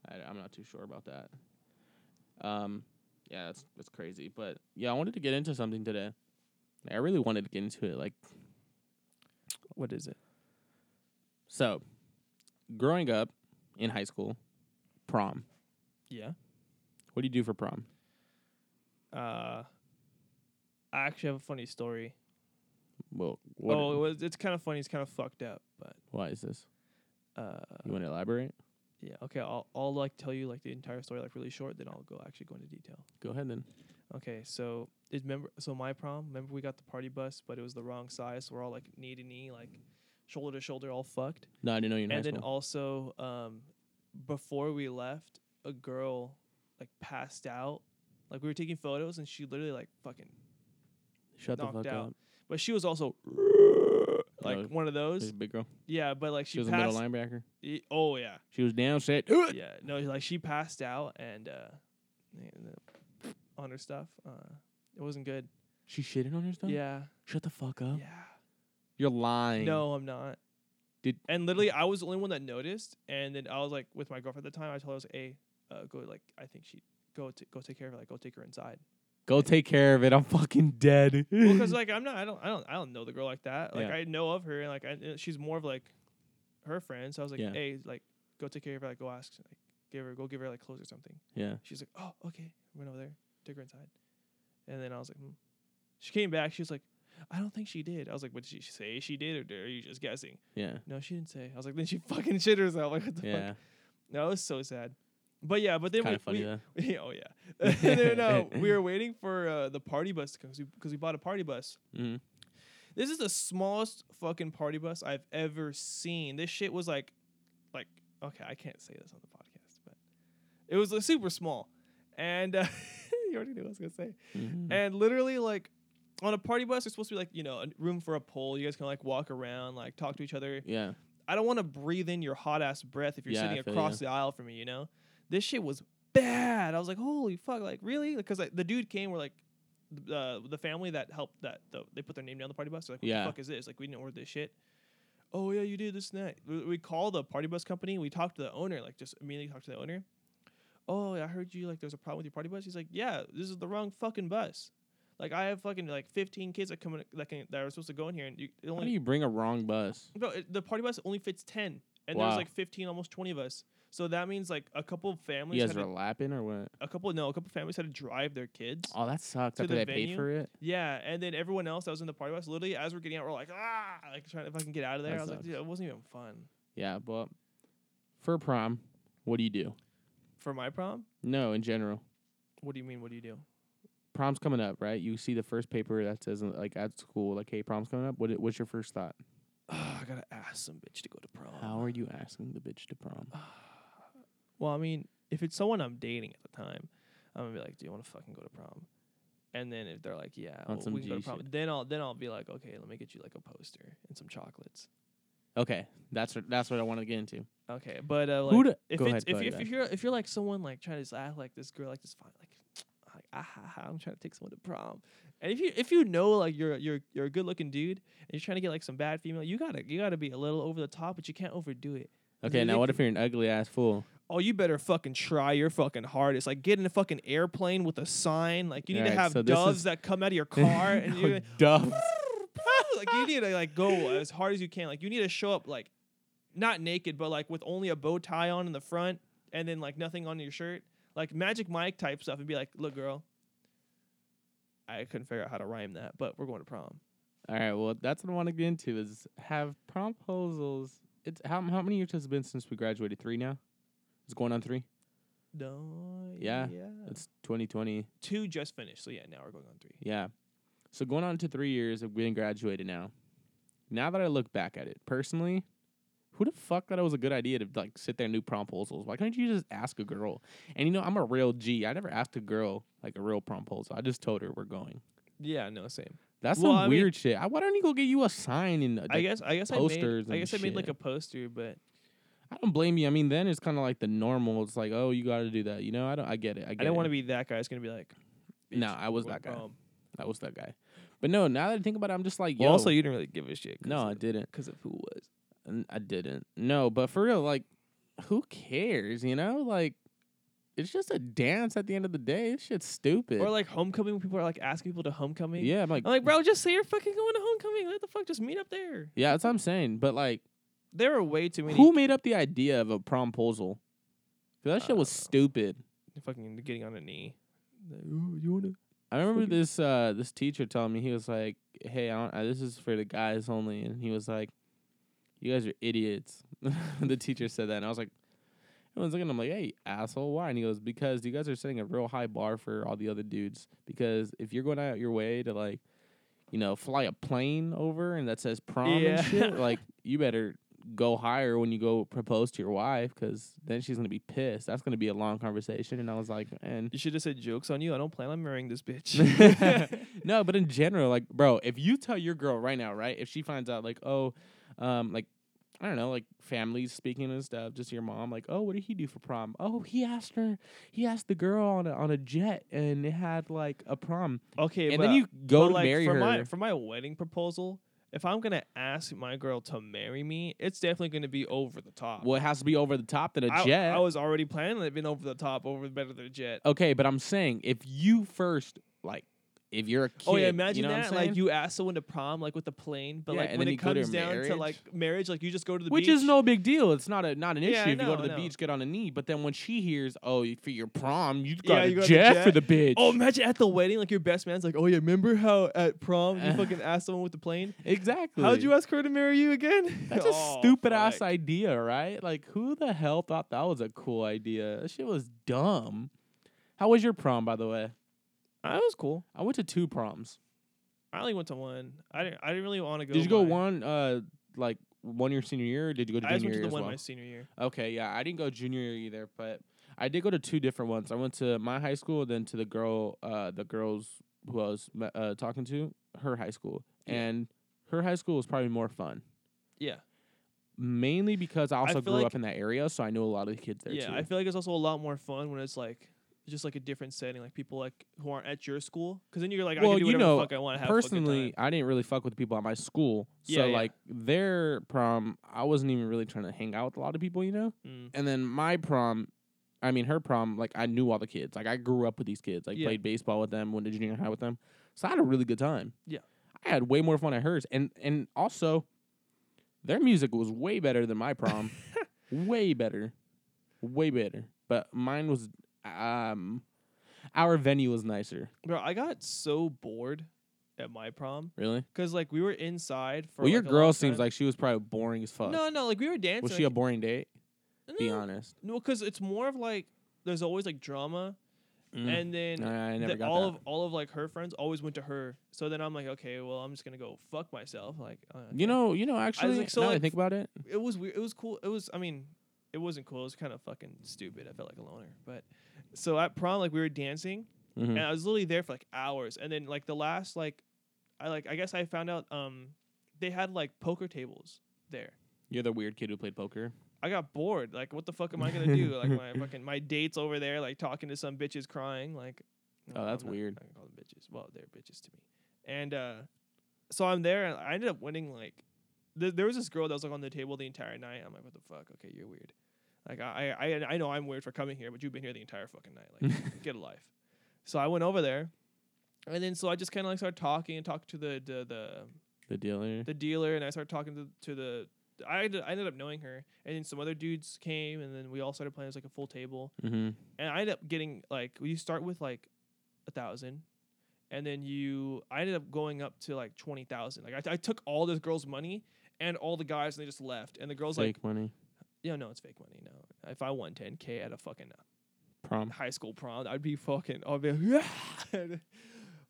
C: I, I'm not too sure about that. Um, yeah, that's that's crazy. But yeah, I wanted to get into something today. I really wanted to get into it. Like,
E: What is it?
C: so growing up in high school, prom.
E: Yeah.
C: What do you do for prom?
E: Uh, I actually have a funny story.
C: Well, what,
E: oh, it was, it's kind of funny. It's kind of fucked up, but
C: why is this?
E: uh,
C: You want to elaborate?
E: yeah. Okay, I'll I'll like tell you like the entire story like really short. Then I'll go actually go into detail.
C: Go ahead then.
E: Okay, so it remember so my prom, remember we got the party bus, but it was the wrong size, so we're all like knee to knee, like shoulder to shoulder, all fucked.
C: No, I didn't know you. were in high
E: and then
C: school.
E: also, um, before we left, a girl like passed out. Like we were taking photos and she literally like fucking
C: shut the
E: knocked
C: fuck
E: out.
C: up.
E: but she was
C: [laughs]
E: also like
C: Oh,
E: one of
C: She's
E: those.
C: a big girl.
E: Yeah, but like she,
C: She was a middle
E: passed
C: linebacker.
E: y- oh yeah.
C: She was down, said, "Do it."
E: yeah, no, like she passed out and uh and, uh, on her stuff. Uh it wasn't good.
C: She shitted on herself?
E: Yeah.
C: Shut the fuck up.
E: Yeah.
C: You're lying.
E: No, I'm not.
C: Did-
E: and literally I was the only one that noticed, and then I was like with my girlfriend at the time. I told her, I was like, "Hey, uh, go like I think she go t- go take care of her. Like go take her
C: [laughs]
E: inside."
C: Go take care of it. I'm fucking dead.
E: Well, because like I'm not, I don't, I don't, I don't know the girl like that. Like
C: Yeah.
E: I know of her, and like I, she's more of like her friend. So I was like,
C: Yeah.
E: "Hey, like go take care of her. Like go ask, like give her, go give her like clothes or something."
C: [laughs] yeah.
E: She's like, "Oh, okay." Went over there, took her inside, and then I was like, hmm. "She came back. She was like." I don't think she did. I was like, "What did she say she did, or are you just guessing?"
C: Yeah.
E: No, she didn't say. I was like, then she [laughs] fucking shit herself. Like, what the
C: Yeah.
E: fuck? No, it was so sad. But yeah, but then
C: Kind
E: we,
C: of funny
E: we
C: though.
E: yeah, [laughs] oh yeah, and then, uh,
C: [laughs]
E: we were waiting for uh, the party bus to come because we, 'cause we bought a party bus.
C: Mhm.
E: This is the smallest fucking party bus I've ever seen. This shit was like, like okay, I can't say this on the podcast, but it was like, super small, and uh, [laughs] you already knew what I was gonna say.
C: Mhm.
E: And literally, like on a party bus, there's supposed to be like you know a room for a poll. You guys can like walk around, like talk to each other.
C: Yeah.
E: I don't want to breathe in your hot ass breath if you're
C: Yeah, I
E: sitting
C: feel
E: across the aisle from me, you know? This shit was bad. I was like, holy fuck, like really? Because like, the dude came, we're like, th- uh, the family that helped that the, they put their name down the party bus. They're like, what
C: Yeah.
E: the fuck is this? Like, we didn't order this shit. Oh yeah, you did this and that. We, we call the party bus company. We talked to the owner, like just immediately talked to the owner. Oh, I heard you like there's a problem with your party bus. He's like, yeah, this is the wrong fucking bus. Like I have fucking like 15 kids that come in, that can, that are supposed to go in here, and you it
C: How
E: only
C: do you bring a wrong bus?
E: no, it, the party bus only fits ten, and
C: Wow.
E: there's like fifteen, almost twenty of us. So that means like a couple of families,
C: You guys
E: had
C: are
E: to,
C: lapping or what?
E: a couple no, a couple of families had to drive their kids.
C: Oh, that sucks.
E: To
C: After
E: the
C: they paid
E: venue?
C: for it.
E: Yeah, and then everyone else that was in the party bus, literally as we're getting out, we're like ah, like trying to fucking get out of there.
C: That
E: I was like,
C: sucks.
E: dude, it wasn't even fun
C: Yeah, but for prom, what do you do?
E: for my prom.
C: No, in general,
E: What do you mean? What do you do?
C: prom's coming up, right? You see the first paper that says uh, like at school, like, "Hey, prom's coming up." What i- What's your first thought?
E: Oh, [sighs] I gotta ask some bitch to go to prom.
C: How are you asking the bitch to prom?
E: [sighs] Well, I mean, if it's someone I'm dating at the time, I'm gonna be like, do you want to fucking go to prom? And then if they're like, yeah,
F: On
E: well,
F: some
E: we can go to
F: G
E: prom,
F: shit.
E: then I'll then I'll be like, okay, let me get you like a poster and some chocolates.
C: Okay, that's what that's what I want to get into.
E: Okay, but uh, like,
F: Who da-
E: if
F: Go
E: it's,
F: ahead, go
E: if,
F: ahead,
E: if,
F: man.
E: if you're if you're like someone like trying to just act like this girl like this fine like like ah, ha, ha, I'm trying to take someone to prom, and if you if you know like you're you're you're a good looking dude and you're trying to get like some bad female, you gotta you gotta be a little over the top, but you can't overdo it.
F: Okay, now what if you're an ugly ass fool?
E: Oh, you better fucking try your fucking hardest. Like get in a fucking airplane with a sign. Like you need to
F: Alright,
E: have
F: so this
E: doves
F: is-
E: that come out of your [laughs]
C: [laughs]
E: car
C: Oh,
E: and
F: No,
E: you're
F: doves.
E: [laughs] like you need to like go as hard as you can. Like you need to show up like not naked, but like with only a bow tie on in the front and then like nothing on your shirt, like Magic Mike type stuff, and be like, "Look, girl, I couldn't figure out how to rhyme that, but we're going to prom."
C: All right, well that's what I want to get into is have proposals. It's how how many years has it been since we graduated? Three now. It's going on three.
E: No,
C: Yeah,
E: yeah.
C: It's 2020.
E: Two just finished, so yeah, now we're going on three.
C: Yeah. So going on to three years of being graduated now. Now that I look back at it personally, who the fuck thought it was a good idea to like sit there and do proposals? Why couldn't you just ask a girl? And you know, I'm a real G. I never asked a girl like a real proposal. I just told her we're going.
E: Yeah, no, same.
C: That's
E: Well,
C: some
E: I mean-
C: weird shit. I, why don't you go get you a sign and uh,
E: I
C: like,
E: guess I guess
C: posters
E: I made I
C: and
E: guess I made like
C: shit.
E: a poster, but
C: I don't blame you. I mean, then it's kind of like the normal. It's like, oh, you got to do that. You know, I don't. I get it. I, get
E: I didn't want
C: it.
E: to be that guy. It's gonna be like,
C: No,
E: "Bitch,
C: I was
E: we're
C: that guy.
E: prom."
C: I was that guy. But no, now that I think about it, I'm just like, yo.
E: Well, also, you didn't really give a shit. 'cause
C: no, I
E: of-
C: didn't.
E: because of who was.
C: N- I didn't. No, but for real, like, who cares? You know, like, it's just a dance. At the end of the day, this shit's stupid.
E: Or like homecoming, when people are like asking people to homecoming.
C: yeah, I'm like,
E: I'm like, bro, just say you're fucking going to homecoming. What the fuck? Just meet up there.
C: yeah, that's what I'm saying. But like,
E: There are way too many
C: who made up the idea of a promposal? 'Cause that
E: I
C: shit was
E: don't know.
C: stupid.
E: fucking getting on a knee. Like, "Ooh, you wanna?
C: I remember
E: Fucking-
C: this uh, this teacher telling me he was like, "Hey, I don't, uh, this is for the guys only," and he was like, "You guys are idiots." [laughs] the teacher said that, and I was like, "Everyone's looking." at him like, "Hey, asshole, why?" And he goes, "Because you guys are setting a real high bar for all the other dudes. Because if you're going out your way to like, you know, fly a plane over and that says prom
E: Yeah.
C: and shit, like, you better go higher when you go propose to your wife, because then she's gonna be pissed. That's gonna be a long conversation." And I was like, "And."
E: You should have said jokes on you. I don't plan on marrying
C: [laughs]
E: this bitch. [laughs]
C: no, but in general, like, bro, if you tell your girl right now, right, if she finds out, like, oh, um, like, I don't know, like, families speaking and stuff, just your mom, like, oh, what did he do for prom? Oh, he asked her, he asked the girl on a, on a jet, and it had like a prom,
E: okay,
C: and
E: but
C: then you go
E: but,
C: to
E: like,
C: marry
E: for
C: her.
E: My, for my wedding proposal, if I'm gonna ask my girl to marry me, it's definitely gonna be over the top.
C: well, it has to be over the top than a
E: I,
C: jet.
E: I was already planning on it being over the top, over better than a jet.
C: okay, but I'm saying if you first, like, if you're a kid,
E: Oh yeah, imagine
C: you know what I'm
E: that. Like
C: saying?
E: you ask someone to prom, like with the plane, but
C: Yeah,
E: like
C: and
E: when
C: then
E: it
C: you go to
E: comes down to
C: marriage.
E: like marriage, like you just go to the
C: Which
E: beach.
C: is no big deal. It's not a not an issue
E: Yeah,
C: if
E: I
C: you go
E: know,
C: to
E: I
C: the
E: know.
C: beach, get on a knee. But then when she hears, oh, you- for your prom, you
E: Yeah,
C: got
E: you
C: a
E: got the
C: jet, for
E: jet.
C: the bitch.
E: Oh, imagine at the wedding, like your best man's like, "Oh yeah, remember how at prom
C: [laughs]
E: you fucking asked someone with the plane?
C: exactly.
E: How'd you ask her to marry you
C: [laughs]
E: again?"
C: That's a
E: [laughs] Oh,
C: stupid ass
E: fuck.
C: idea, right? Like, who the hell thought that was a cool idea? That shit was dumb. How was your prom, by the way?
E: That was cool.
C: I went to two proms.
E: I only went to one. I didn't. I didn't really want to go.
C: did you go
E: my-
C: one, uh, like one year senior year? Or did you go to
E: I just
C: junior
E: went to
C: year
E: the
C: as
E: one
C: well?
E: my senior year.
C: Okay, yeah, I didn't go junior year either, but I did go to two different ones. I went to my high school, then to the girl, uh, the girls who I was me- uh, talking to, her high school,
E: Yeah.
C: and her high school was probably more fun,
E: Yeah,
C: mainly because I also
E: feel
C: grew
E: like-
C: up in that area, so I knew a lot of the kids there
E: yeah.
C: too.
E: I feel like it's also a lot more fun when it's like. Just like a different setting, like people like who aren't at your school, because then you're like, I
C: Well,
E: can do
C: you
E: whatever
C: know,
E: the fuck I want to have. a fucking
C: Personally,
E: time.
C: I didn't really fuck with people at my school, so
E: Yeah, yeah.
C: like their prom, I wasn't even really trying to hang out with a lot of people, you know.
E: Mm.
C: and then my prom i mean her prom like i knew all the kids like i grew up with these kids like
E: Yeah.
C: played baseball with them went to junior high with them so i had a really good time
E: Yeah.
C: i had way more fun at hers and and also their music was way better than my
E: [laughs]
C: prom way better way better but mine was um our venue was nicer
E: Bro, I got so bored at my prom
C: really
E: because like we were inside for.
C: well your
E: like, a long
C: girl seems
E: time.
C: like she was probably boring as fuck
E: No, Mm. no, like we were dancing.
C: was she a
E: like,
C: boring date
E: no,
C: be honest
E: No, because it's more of like there's always like drama,
C: Mm.
E: and then
C: Nah, I never
E: the-
C: got
E: all
C: that.
E: of all of like her friends always went to her. So then I'm like, okay, well I'm just gonna go fuck myself. Like uh, okay.
C: you know you know actually
E: like, so,
C: now that I
E: like,
C: think about it
E: it was weird. It was cool. It was. I mean, it wasn't cool. It was kind of fucking stupid. I felt like a loner. But so at prom, like we were dancing,
C: Mhm.
E: and I was literally there for like hours. And then like the last like, I like I guess I found out um, they had like poker tables there.
H: You're the weird kid who played poker.
E: I got bored. Like, what the fuck am I gonna do? Like
H: [laughs]
E: my fucking my dates over there, like talking to some bitches crying. Like, no,
H: Oh, that's
E: I'm not-
H: weird.
E: I can call them bitches. Well, they're bitches to me. And uh, so I'm there, and I ended up winning. Like, th- there was this girl that was like on the table the entire night. I'm like, what the fuck? Okay, you're weird. Like, I I I- I know I'm weird for coming here, but you've been here the entire fucking night.
H: [laughs]
E: Like, get a life. So I went over there, and then so I just kind of like started talking and talked to the the the
C: The dealer.
E: the dealer and I started talking to, to the I, ended- I ended up knowing her and then some other dudes came and then we all started playing as like a full table
C: Mm-hmm.
E: and I ended up getting like you start with like a thousand and then you I ended up going up to like twenty thousand like I, I took all this girl's money and all the guys and they just left and the girls
C: Fake
E: like
C: money.
E: yeah no it's fake money no if I won ten k at a fucking
C: Prom.
E: high school prom I'd be fucking I'd be like [laughs] yeah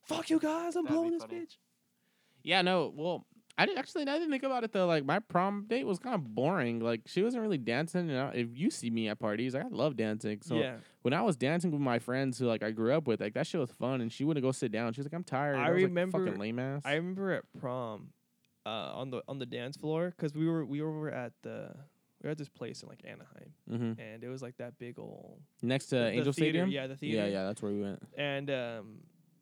E: fuck you guys I'm
H: That'd be
E: blowing this
H: funny.
E: bitch
H: Yeah, no. Well, I did, actually I didn't think about it though. Like my prom date was kind of boring. Like she wasn't really dancing. And I, if you see me at parties, like, I love dancing. So
E: yeah
H: when I was dancing with my friends who like I grew up with, like that shit was fun. And she wouldn't go sit down. She was like, "I'm tired."
E: I
H: was, like,
E: remember-
H: fucking lame ass.
E: I remember at prom, uh, on the on the dance floor because we were we were at the we were at this place in like Anaheim,
H: Mm-hmm.
C: Mhm.
E: and it was like that big old
C: Next to
E: the
C: Angel
E: theater,
C: Stadium.
E: Yeah, the
C: yeah,
E: theater.
C: yeah. That's where we went.
E: And um,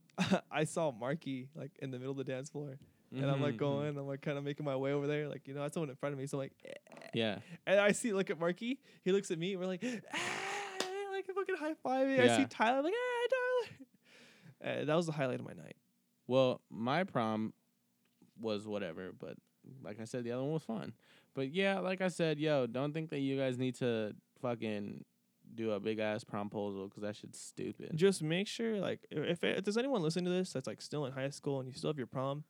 E: [laughs] I saw Marky like in the middle of the dance floor, and I'm
H: Mm-hmm.
E: like
C: Mhm.
E: going, I'm like kind of making my way over there, like you know, I someone in front of me, so I'm like, eh.
C: Yeah.
E: and I see look at Marky, he looks at me, we're like, ah, like fucking high fiving. I see
C: Yeah.
E: Tyler, I'm like ah, Tyler. Uh, that was the highlight of my night.
C: Well, my prom was whatever, but like I said, the other one was fun. But yeah, like I said, yo, don't think that you guys need to fucking do a big ass promposal because that shit's stupid.
E: just make sure like i- if, if there's anyone listening to this that's like still in high school and you still have your prom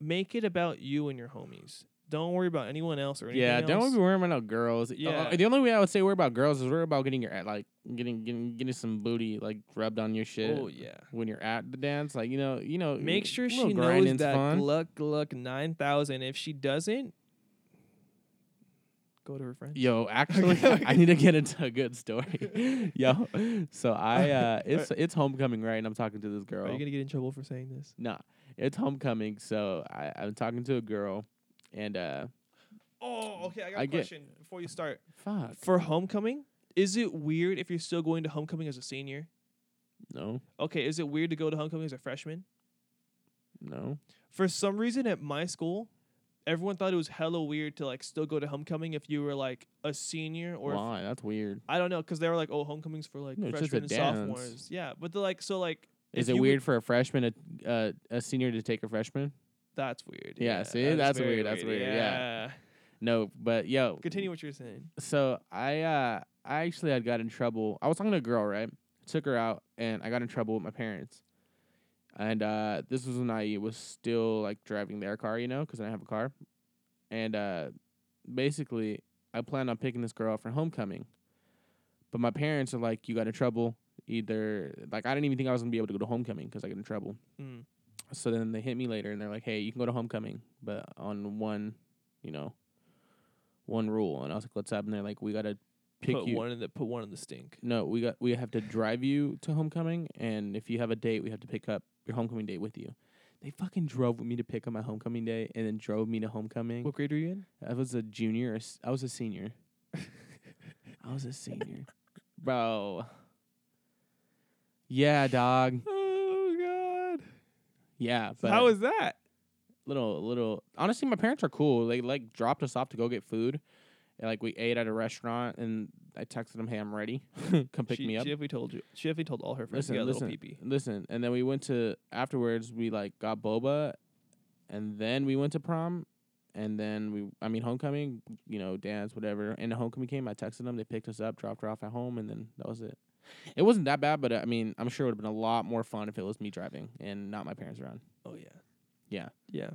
E: make it about you and your homies don't worry about anyone else or anything
C: Yeah,
E: else.
C: don't be worrying about girls. Uh,
E: Yeah.
C: the only way I would say worry about girls is worry about getting your a- like getting getting getting some booty like rubbed on your shit.
E: oh yeah
C: When you're at the dance, like you know, you know,
E: make sure
C: little
E: she knows
C: grinding's
E: that
C: fun.
E: gluck gluck 9000 if she doesn't go to her friends [laughs]
C: Yo, actually, I need to get into a good story. [laughs] Yo, so I uh,
E: [laughs]
C: it's it's homecoming right, and I'm talking to this girl.
E: are you gonna get in trouble for saying this
C: Nah, it's homecoming, so I, I'm talking to a girl, and uh,
E: oh okay got
C: a I get-
E: before you start
C: fuck,
E: for homecoming is it weird if you're still going to homecoming as a senior
C: no,
E: okay is it weird to go to homecoming as a freshman
C: no,
E: for some reason at my school, everyone thought it was hella weird to like still go to homecoming if you were like a senior or if-
C: why? That's weird.
E: I don't know because they were like, oh, homecomings for like
C: No, it's just
E: freshmen and
C: a dance.
E: sophomores. Yeah, but they're like so like
C: Is
E: if
C: it
E: you would-
C: weird for a freshman, a uh, a senior to take a freshman?
E: that's weird.
C: Yeah, see?
E: that is
C: That's
E: very
C: weird, that's weird, yeah. No, but yo,
E: Continue what you're saying.
C: so I uh I actually had got in trouble. I was talking to a girl, right? Took her out and I got in trouble with my parents. And uh this was when I was still like driving their car, you know, cuz I didn't have a car. And uh basically I planned on picking this girl up for homecoming. But my parents are like you got in trouble either like I didn't even think I was going to be able to go to homecoming cuz I got in trouble.
E: Mm.
C: So then they hit me later and they're like, "Hey, you can go to homecoming, but on one, you know, one rule." And I was like, "What's up?" And they're like, "We gotta pick
E: put
C: you.
E: one in the put one in the stink.
C: No, we got we have to drive you to homecoming, and if you have a date, we have to pick up your homecoming date with you." They fucking drove with me to pick up my homecoming day, and then drove me to homecoming.
E: What grade were you in?
C: I was a junior. or s- I was a
E: [laughs]
C: senior. I was a senior, bro. Yeah, dog.
E: Oh God! [laughs]
C: Yeah, but
E: How was that?
C: little little honestly my parents are cool they like dropped us off to go get food and like we ate at a restaurant and i texted them hey i'm ready [laughs] come pick
E: she,
C: me up
E: She definitely told you. She definitely told all her friends.
C: Listen,
E: you got a
C: listen.
E: little pee
C: listen and then we went to afterwards we like got boba and then we went to prom and then we i mean homecoming you know dance whatever and the homecoming came i texted them they picked us up dropped her off at home and then that was it it wasn't that bad but uh, i mean i'm sure it would have been a lot more fun if it was me driving and not my parents around
E: Oh yeah.
C: Yeah.
E: Yeah.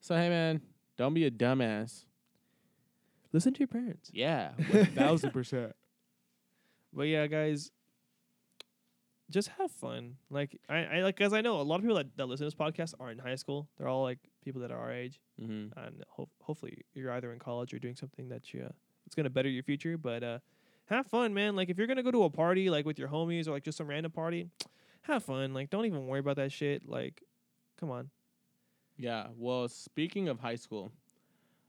C: so hey man don't be a dumbass
E: Listen to your
C: [laughs]
E: parents.
C: yeah
E: 1000%. But yeah, guys, just have fun. Like I, I like guys, I know a lot of people that, that listen to this podcast are in high school. They're all like people that are our age,
C: mm-hmm.
E: and ho- hopefully you're either in college or doing something that you uh, it's gonna better your future. But uh, have fun, man. Like if you're gonna go to a party, like with your homies or like just some random party, have fun. Like don't even worry about that shit. Like, come on.
C: Yeah. Well, speaking of high school,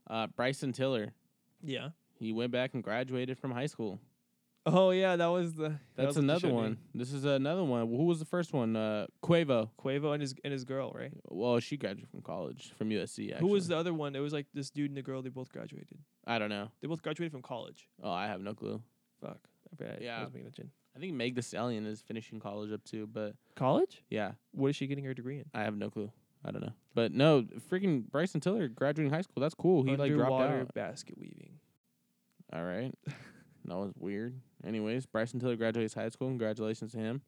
C: uh, Bryson Tiller,
E: Yeah.
C: he went back and graduated from high school.
E: Oh yeah, that was the. that
C: That's
E: was what you showed
C: another
E: me.
C: one. This is another one. Who was the first one? Uh, Quavo.
E: Quavo and his and his girl, right?
C: Well, she graduated from college from USC. Actually.
E: Who was the other one? It was like this dude and the girl. They both graduated.
C: I don't know.
E: They both graduated from college.
C: Oh, I have no clue.
E: Fuck. I bet I
C: Yeah.
E: was making a gin.
C: I think Meg The Stallion is finishing college up too, but
E: College?
C: yeah,
E: What is she getting her degree in?
C: I have no clue. I don't know. But no, freaking Bryson Tiller graduating high school. That's cool. He like dropped
E: Underwater
C: out.
E: basket weaving.
C: All right. That was weird. Anyways, Bryson Tiller graduates high school. Congratulations to him.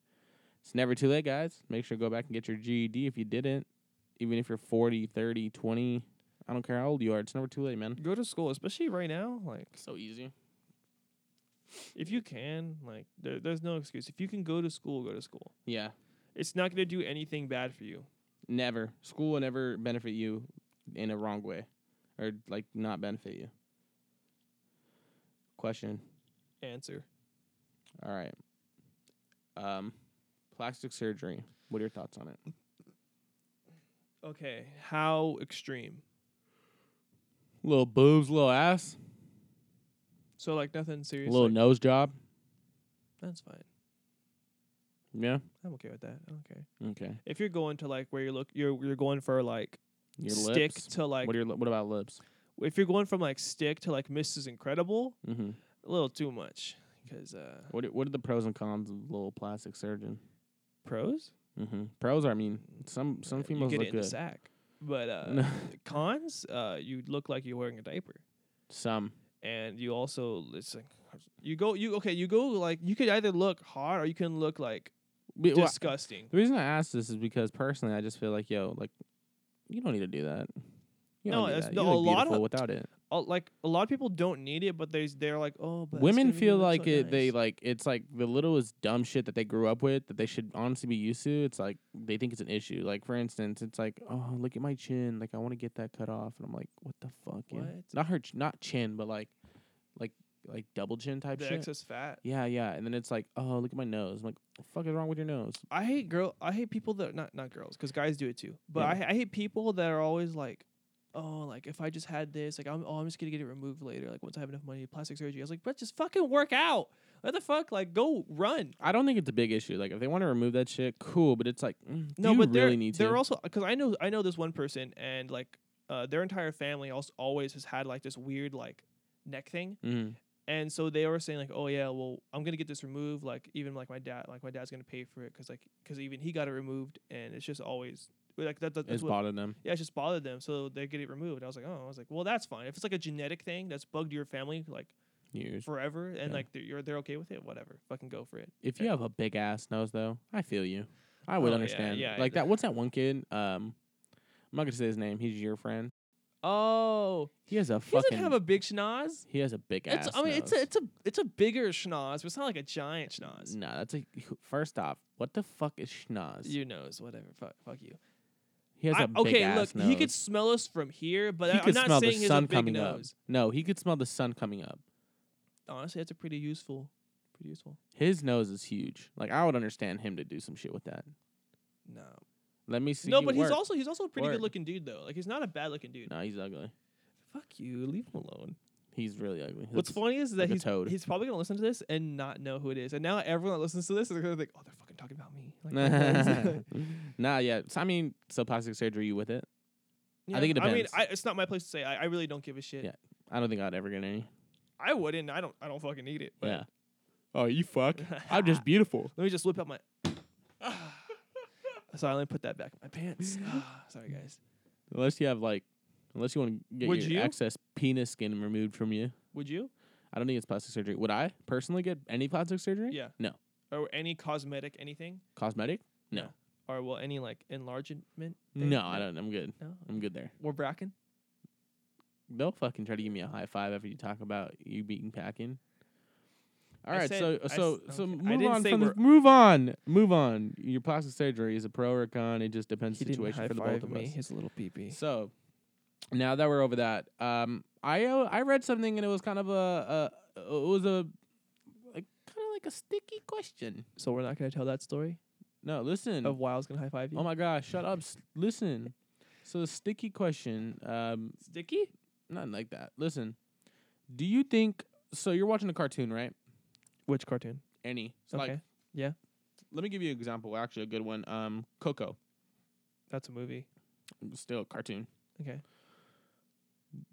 C: It's never too late, guys. Make sure to go back and get your GED if you didn't. Even if you're 40, 30, 20, I don't care how old you are. It's never too late, man.
E: Go to school, especially right now. Like
C: So easy.
E: if you can, like there, there's no excuse. If you can go to school, go to school.
C: Yeah.
E: It's not gonna do anything bad for you.
C: Never. School will never benefit you in a wrong way or like not benefit you. Question.
E: Answer.
C: All right. Um, plastic surgery. What are your thoughts on it?
E: Okay. How extreme?
C: Little boobs, little ass,
E: So like nothing serious.
C: little
E: like-
C: nose job.
E: That's fine.
C: Yeah.
E: I'm okay with that. I don't care.
C: Okay.
E: If you're going to like where you're look, you're you're going for like
C: Your
E: stick
C: lips.
E: to like
C: what are your, li- what about lips?
E: if you're going from like stick to like Mrs. Incredible,
C: Mm-hmm.
E: a little too much. Because uh,
C: What are, what are the pros and cons of little plastic surgeon?
E: pros,
C: Mm-hmm. Pros are, I mean, some some
E: Uh,
C: females
E: you get
C: look
E: it in
C: good.
E: the sack, but uh,
C: No.
E: [laughs] cons, uh, you look like you're wearing a diaper,
C: [laughs] Some.
E: and you also it's like you go you okay you go like you could either look hot or you can look like
C: We- well,
E: disgusting.
C: the reason I asked this is because personally, I just feel like yo, like you don't need to do that. You
E: No,
C: don't need
E: that's-
C: that.
E: no,
C: you look
E: a lot of-
C: beautiful without it.
E: Uh, like a lot of people don't need it, but they they're like oh, but it's
C: Women
E: gonna make me
C: feel
E: look
C: like
E: so
C: it. They
E: nice."
C: like it's like the littlest dumb shit that they grew up with that they should honestly be used to. It's like they think it's an issue. Like for instance, it's like oh look at my chin. Like I want to get that cut off, and I'm like what the fuck? yeah."
E: What?
C: Not her, ch- not chin, but like, like, like double chin type
E: the
C: shit.
E: excess fat.
C: yeah, yeah. And then it's like oh look at my nose. I'm like what the fuck is wrong with your nose?
E: I hate girl. I hate people that not not girls because guys do it too. But
C: Yeah.
E: I, I hate people that are always like, oh, like if I just had this, like I'm oh I'm just gonna get it removed later. Like once I have enough money, plastic surgery. I was like, but just fucking work out. What the fuck? Like go run.
C: I don't think it's a big issue. Like if they want to remove that shit, cool. But it's like mm, do
E: No,
C: you
E: but they're
C: really need to.
E: they're also because I know I know this one person and like uh, their entire family also always has had like this weird like neck thing.
C: Mhm.
E: and so they were saying like oh yeah well i'm gonna get this removed like even like my dad like my dad's gonna pay for it because like because even he got it removed and it's just always like that, that that's
C: It's
E: what
C: bothering them.
E: yeah it's just bothered them so they get it removed i was like oh i was like well that's fine if it's like a genetic thing that's bugged your family like
C: Years.
E: forever and
C: Yeah.
E: like they're, you're they're okay with it whatever fucking go for it
C: If you
E: Yeah.
C: have a big ass nose, though, I feel you. I would
E: Oh, yeah,
C: understand.
E: yeah,
C: like
E: the-
C: that. What's that one kid? Um, I'm not gonna say his name. He's your friend.
E: oh
C: He has a
E: he
C: fucking.
E: doesn't have a big schnoz
C: he has a big
E: it's
C: ass.
E: i mean it's a
C: nose.
E: it's a it's a bigger schnoz but it's not like a giant schnoz
C: Nah, that's a. First off, what the fuck is schnoz?
E: your nose whatever fuck, fuck you
C: he has a
E: I-
C: big
E: okay,
C: ass
E: look,
C: nose.
E: he could smell us from here, but
C: He
E: I, am
C: could
E: not
C: smell the
E: saying he has a
C: sun
E: big
C: coming
E: nose.
C: up. No, he could smell the sun coming up.
E: Honestly, that's a pretty useful, pretty useful.
C: His nose is huge. Like I would understand him to do some shit with that.
E: No,
C: Let me see.
E: no,
C: you
E: but
C: work.
E: he's also he's also a pretty
C: Work.
E: good looking dude though. Like he's not a bad looking dude.
C: No, he's ugly.
E: Fuck you, leave him alone.
C: He's really ugly. He
E: What's
C: looks-
E: funny [laughs] is
C: like
E: that
C: a
E: he's
C: toad.
E: he's probably gonna listen to this and not know who it is, and now everyone that listens to this is gonna think, oh, they're fucking talking about me. Like,
C: [laughs]
E: what the-
C: [laughs] nah, yeah. So, I mean, so plastic surgery, you with it?
E: Yeah,
C: think it
E: I mean,
C: depends.
E: I, it's not my place to say. I, I really don't give a shit.
C: Yeah. I don't think I'd ever get any.
E: I wouldn't. I don't. I don't fucking need it. But
C: yeah. Oh, you [laughs] fuck. I'm just beautiful.
E: Let me just whip out my. [laughs] so I only put that back in my pants. [sighs] Sorry, guys.
C: Unless you have like, unless you want to get
E: Would
C: your
E: you?
C: excess penis skin removed from you.
E: Would you?
C: I don't think it's plastic surgery. Would I personally get any plastic surgery?
E: Yeah.
C: No.
E: Or any cosmetic anything?
C: Cosmetic? No.
E: Or well, any like enlargement? thing?
C: No, I don't. I'm good.
E: No.
C: I'm good there.
E: We're bracking.
C: They'll fucking try to give me a high five after you talk about you beating packing. All
E: I
C: right,
E: said-
C: so
E: I s-
C: so so
E: okay. I
C: move
E: didn't
C: on
E: say
C: from this,
E: we're-
C: move on move on. Your plastic surgery is a pro or con. It just depends situation for the both of us.
E: His little peepee.
C: So now that we're over that, um, I uh, I read something and it was kind of a, a it was a like a sticky question.
E: So we're not gonna tell that story
C: No, listen.
E: of why I was gonna high five you.
C: Oh my gosh, shut up. S- Listen. So the sticky question, um
E: sticky.
C: nothing like that. Listen. Do you think so you're watching a cartoon, right?
E: Which cartoon?
C: Any. So like
E: Okay. Yeah.
C: Let me give you an example, actually a good one. Um Coco,
E: That's a movie.
C: still a cartoon.
E: Okay.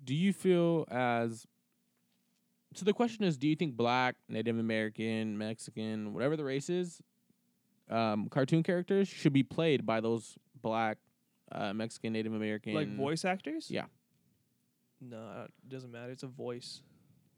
C: Do you feel as so the question is do you think black, Native American, Mexican, whatever the race is, um cartoon characters should be played by those black uh, Mexican, Native American
E: Like voice actors?
C: Yeah.
E: No, I don't- it doesn't matter. It's a voice.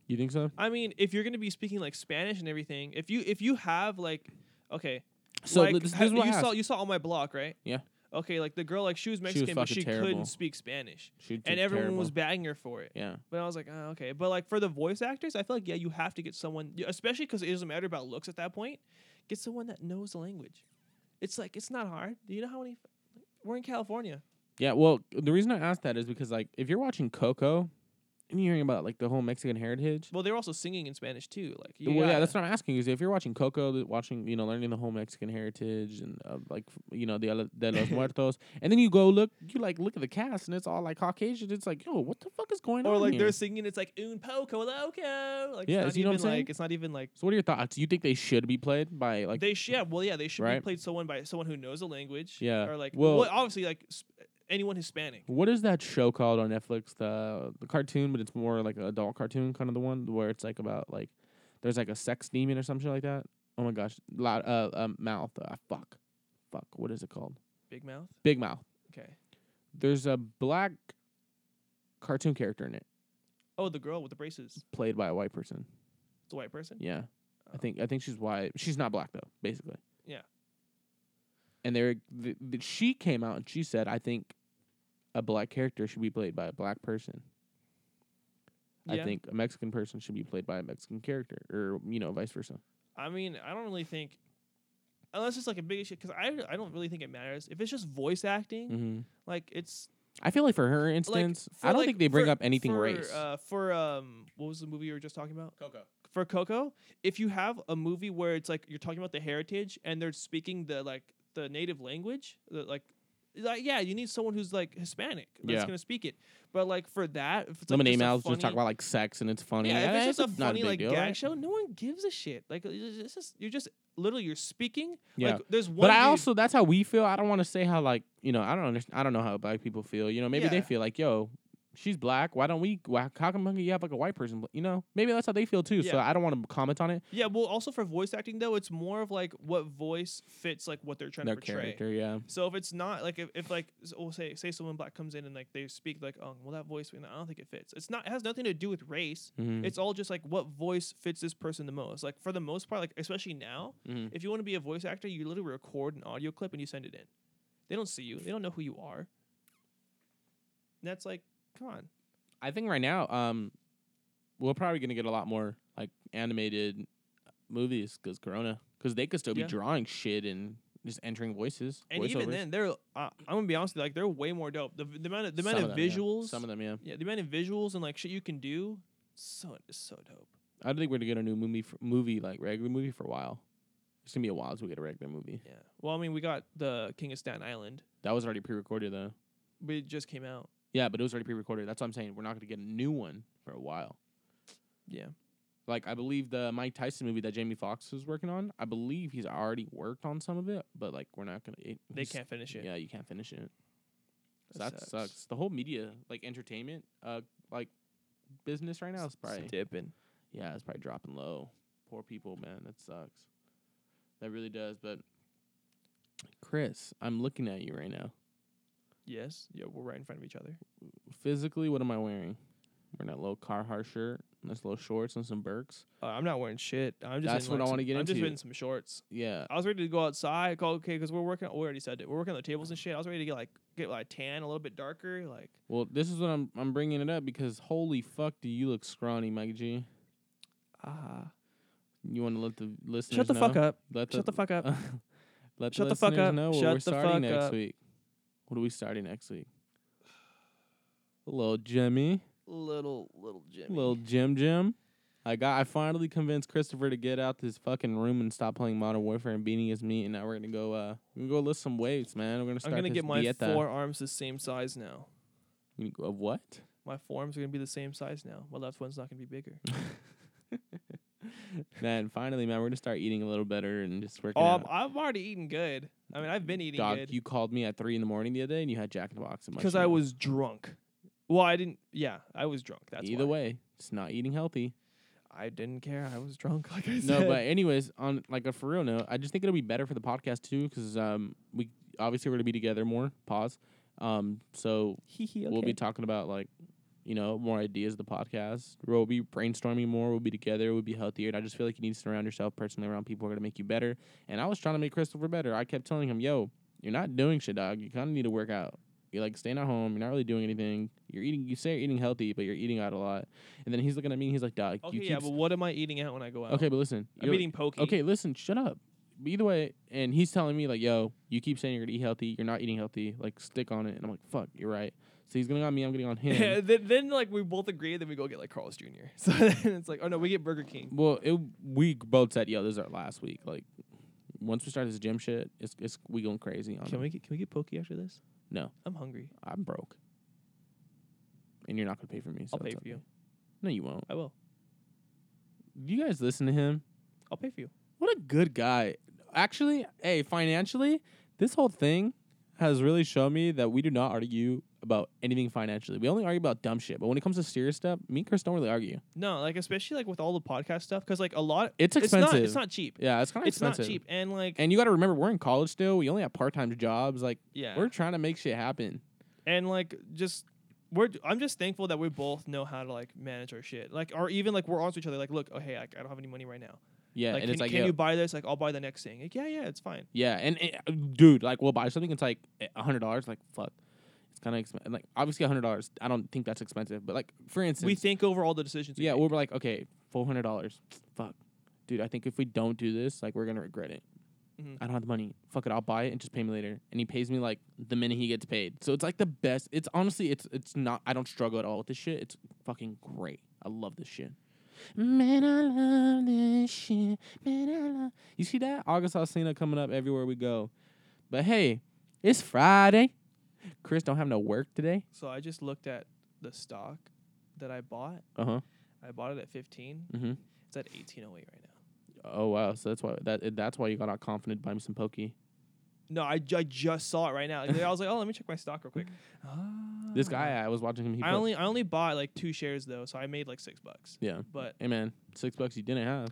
C: You think so?
E: I mean, if you're gonna be speaking like Spanish and everything, if you if you have like, okay,
C: So
E: like,
C: this, this
E: ha-
C: is what I
E: you
C: asked.
E: saw. You saw on my block, right?
C: Yeah.
E: Okay, like the girl, like she was
C: was
E: Mexican, but
C: fucking
E: she
C: terrible.
E: couldn't speak Spanish,
C: She did
E: and everyone
C: terrible.
E: was bagging her for it.
C: yeah.
E: But I was like, oh, okay. But like for the voice actors, I feel like yeah, you have to get someone, y- especially because it doesn't matter about looks at that point. Get someone that knows the language. It's like it's not hard. Do you know how many? f- We're in California.
C: Yeah, well, the reason I asked that is because like if you're watching Coco and you're hearing about like the whole Mexican heritage,
E: Well, they're also singing in Spanish too. Like you
C: well, yeah,
E: gotta-
C: that's what I'm asking is if you're watching Coco, th- watching you know learning the whole Mexican heritage and uh, like f- you know the other- de
E: [laughs]
C: los muertos, and then you go look, you like look at the cast and it's all like Caucasian. It's like yo, what the fuck is going
E: or
C: on?
E: like
C: here?
E: they're singing it's like un poco loco like
C: Yeah,
E: it's not
C: you know what I'm
E: even
C: saying?
E: like it's not even like
C: So what are your thoughts? You think they should be played by like
E: they should yeah well yeah they should
C: Right.
E: be played someone by someone who knows the language
C: Yeah,
E: or like
C: well-
E: well, obviously like sp- anyone Hispanic
C: What is that show called on Netflix? The the cartoon, but it's more like an adult cartoon, kind of the one where it's like about like there's like a sex demon or something like that. Oh my gosh, loud uh, um, mouth. Uh, fuck, fuck. What is it called?
E: big mouth
C: Big Mouth.
E: okay
C: There's a black cartoon character in it,
E: oh the girl with the braces
C: played by a white person.
E: the white person
C: Yeah, I
E: Oh.
C: think I think she's white. She's not black though, basically.
E: Yeah.
C: And there, th- th- she came out and she said, "I think a black character should be played by a black person." I
E: Yeah.
C: think a Mexican person should be played by a Mexican character, or you know, vice versa.
E: I mean I don't really think unless it's like a big issue because I I don't really think it matters if it's just voice acting
C: Mm-hmm.
E: like it's
C: I feel like for her
E: like
C: instance,
E: for,
C: I don't
E: like,
C: think they bring
E: for-
C: up anything
E: for,
C: race.
E: uh, for um what was the movie you were just talking about
C: Coco.
E: for Coco, if you have a movie where it's like you're talking about the heritage and they're speaking the like the native language, the, like like yeah, you need someone who's like Hispanic that's
C: Yeah.
E: gonna speak it. But like for that, if it's like,
C: Some of
E: just a
C: mouths just talk
E: funny-
C: about like sex and it's funny.
E: yeah, if it's just a
C: not
E: funny
C: big
E: like
C: deal,
E: gag
C: right?
E: show, no one gives a shit. Like it's it's just you're just literally you're speaking.
C: Yeah.
E: Like there's one.
C: But I
E: dude-
C: also that's how we feel. I don't want to say how like you know I don't understand. I don't know how black people feel. You know maybe they
E: Yeah.
C: feel like yo she's black. Why don't we? Why, how come you have like a white person? You know maybe that's how they feel too. So
E: Yeah.
C: I don't want to comment on it.
E: yeah. Well, also for voice acting though, it's more of like what voice fits like what they're trying
C: Their
E: to portray.
C: character, yeah.
E: So if it's not like if, if like s- we'll say say someone black comes in and like they speak like oh well that voice you know, I don't think it fits. It's not it has nothing to do with race.
C: Mhm.
E: It's all just like what voice fits this person the most. Like for the most part, like especially now,
C: Mhm.
E: if you want to be a voice actor, you literally record an audio clip and you send it in. They don't see you. They don't know who you are. And that's like come on.
C: I think right now um we're probably gonna get a lot more like animated movies because Corona because they could still be
E: Yeah.
C: drawing shit and just entering voices.
E: And even
C: voiceovers.
E: then, they're uh, I'm gonna be honest, with you, like they're way more dope. The, v- the amount of the amount
C: Some
E: of,
C: them, yeah.
E: visuals,
C: Some of them, yeah.
E: yeah, the amount of visuals and like shit you can do, so it's so dope.
C: I don't think we're gonna get a new movie for, movie like regular movie for a while. It's gonna be a while until we get a regular movie.
E: Yeah. Well, I mean, we got the King of Staten Island.
C: That was already pre-recorded though.
E: but it just came out.
C: Yeah, but it was already pre-recorded. That's what I'm saying. We're not going to get a new one for a while.
E: Yeah.
C: Like I believe the Mike Tyson movie that Jamie Foxx was working on, I believe he's already worked on some of it, but like we're not going to.
E: They can't finish it.
C: Yeah, you can't finish it. So
E: That
C: that sucks.
E: sucks.
C: The whole media, like entertainment, uh, like business right now is probably
E: dipping.
C: yeah, it's probably dropping low. Poor people, man. That sucks. That really does. But Chris, I'm looking at you right now.
E: Yes. Yeah, we're right in front of each other.
C: physically, what am I wearing? Wearing that little Carhartt shirt, and this little shorts, and some Birks.
E: Uh, I'm not wearing shit. I'm just.
C: That's
E: in,
C: what I
E: like, some-
C: wanna get
E: I'm just
C: into.
E: in some shorts.
C: Yeah,
E: I was ready to go outside. Call okay because we're working. We already said it. We're working on the tables and shit. I was ready to get like get like tan, a little bit darker. Like
C: well, this is what I'm I'm bringing it up because holy fuck, do you look scrawny, Mike G?
E: ah.
C: You want to let the listeners
E: Shut the fuck
C: know?
E: up.
C: Let
E: Shut the fuck up.
C: [laughs] let
E: Shut
C: the
E: the fuck
C: listeners
E: up.
C: know what
E: Shut
C: we're
E: the
C: starting
E: fuck
C: next
E: up.
C: week. What are we starting next week? [sighs] Little Jimmy,
E: Little little Jimmy.
C: little Jim Jim. I got I finally convinced Christopher to get out this fucking room and stop playing Modern Warfare and beating his meat and now we're gonna go uh we're gonna go lift some weights, man. We're gonna
E: I'm
C: start
E: gonna
C: this
E: get my
C: dieta.
E: forearms the same size now.
C: You go, what? [laughs]
E: My forearms are gonna be the same size now. My left one's not gonna be bigger.
C: Then finally, man, we're gonna start eating a little better and just working
E: Oh, I'm,
C: out.
E: I've already eaten good. I mean, I've been eating
C: Dog,
E: good
C: you called me at three in the morning the other day and you had Jack in the Box. and
E: because I
C: munchkin.
E: was drunk. Well, I didn't. Yeah, I was drunk. That's
C: Either
E: why.
C: way, it's not eating
E: [laughs]
C: healthy.
E: I didn't care. I was drunk. [laughs] Like I said.
C: No, but anyways, on like a for real note, I just think it'll be better for the podcast too because um we obviously we're gonna be together more. Pause. Um, so we'll be talking about like you know more ideas of the podcast we'll be brainstorming more we'll be together we'll be healthier and i just feel like you need to surround yourself personally around people who are going to make you better and i was trying to make christopher better i kept telling him yo you're not doing shit dog you kind of need to work out you're like staying at home you're not really doing anything you're eating you say you're eating healthy but you're eating out a lot and then he's looking at me and he's like dog
E: okay,
C: you keep
E: yeah,
C: s-
E: but what am I eating out when I go out?
C: okay but listen
E: I'm
C: you're-
E: eating pokey.
C: Okay, listen, shut up. But either way, and he's telling me like, "Yo, you keep saying you're gonna eat healthy. You're not eating healthy. Like, stick on it." And I'm like, "Fuck, you're right." So he's getting on me. I'm getting on
E: [laughs]
C: him.
E: then, then like we both agree, then we go get like Carl's Jr. [laughs] So then it's like, oh no, we get Burger King.
C: well, it, we both said, "Yo, this is our last week." Like, once we start this gym shit, it's it's we going crazy on.
E: Can
C: it.
E: we get can we get pokey after this?
C: Um, No.
E: I'm hungry.
C: I'm broke, and you're not gonna pay for me. So
E: I'll pay
C: it's
E: for you.
C: okay. No, you won't.
E: I will.
C: Do you guys listen to him?
E: I'll pay for you.
C: What a good guy. Actually, hey, financially, this whole thing has really shown me that we do not argue about anything financially. We only argue about dumb shit. But when it comes to serious stuff, me and Chris don't really argue.
E: No, like especially like with all the podcast stuff, because like a lot,
C: It's
E: It's not,
C: expensive.
E: it's not cheap.
C: Yeah, it's kind of
E: it's not
C: expensive.
E: cheap, and like
C: And you got to remember, we're in college still. We only have part time jobs. Like,
E: yeah,
C: we're trying to make shit happen.
E: and like just we're I'm just thankful that we both know how to like manage our shit, like or even like we're honest with each other. Like, look, oh hey, like, I don't have any money right now.
C: Yeah, and
E: like, can,
C: it's like,
E: can
C: yo-
E: you buy this? Like, I'll buy the next thing. Like, yeah, yeah, it's fine.
C: yeah, and it- dude, like, we'll buy something. It's like eh, a hundred dollars. Like, fuck, it's kind of expensive. Like, obviously, a hundred dollars. I don't think that's expensive. But like, for instance,
E: we think over all the decisions.
C: yeah,
E: we
C: we're like, okay, four hundred dollars. Fuck, dude. I think if we don't do this, like, we're gonna regret it.
E: Mhm.
C: I don't have the money. Fuck it, I'll buy it and just pay me later. And he pays me like the minute he gets paid. So it's like the best. It's honestly, it's it's not. I don't struggle at all with this shit. It's fucking great. I love this shit. Man, I love this shit. Man, I love. You see that August Alsina coming up everywhere we go. But hey, it's Friday. Chris don't have no work today.
E: make. So I just looked at the stock that I bought.
C: Uh huh.
E: I bought it at 15.
C: Mhm.
E: It's at 1808 right now.
C: Oh wow. So that's why that that's why you got all confident by me some pokey.
E: No, I, ju- I just saw it right now. I was like, oh, let me check my stock real quick.
C: This
E: Ah.
C: guy, I was watching him. [laughs] He
E: I
C: put-
E: only I only bought like two shares though, so I made like six bucks.
C: yeah.
E: But
C: Hey man, six bucks you didn't have.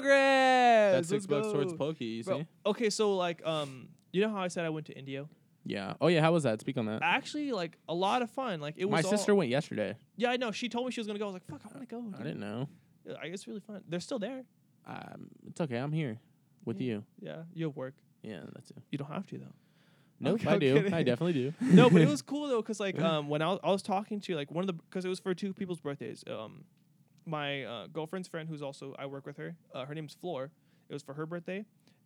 E: progress.
C: That's six
E: let's
C: bucks towards
E: go.
C: pokey. You
E: Bro,
C: see?
E: okay, so like um, you know how I said I went to Indio?
C: Yeah. Oh yeah. How was that? Speak on that.
E: Actually, like a lot of fun. Like it was
C: My
E: all-
C: sister went yesterday.
E: Yeah, I know. She told me she was gonna go. I was like, fuck, I want to go.
C: I didn't know.
E: know. I, it's really fun. They're still there.
C: Um, it's okay. I'm here with you.
E: Yeah, you have work.
C: Yeah, that's it.
E: You don't
C: [laughs]
E: have to though.
C: Nope,
E: Okay,
C: I
E: I'm
C: do.
E: [laughs] kidding.
C: I definitely do. [laughs]
E: no, but it was cool though, cause like um, when I was, I was talking to like one of the because it was for two people's birthdays. Um, my uh, girlfriend's friend, who's also I work with her, uh, her name's Floor. It was for her birthday,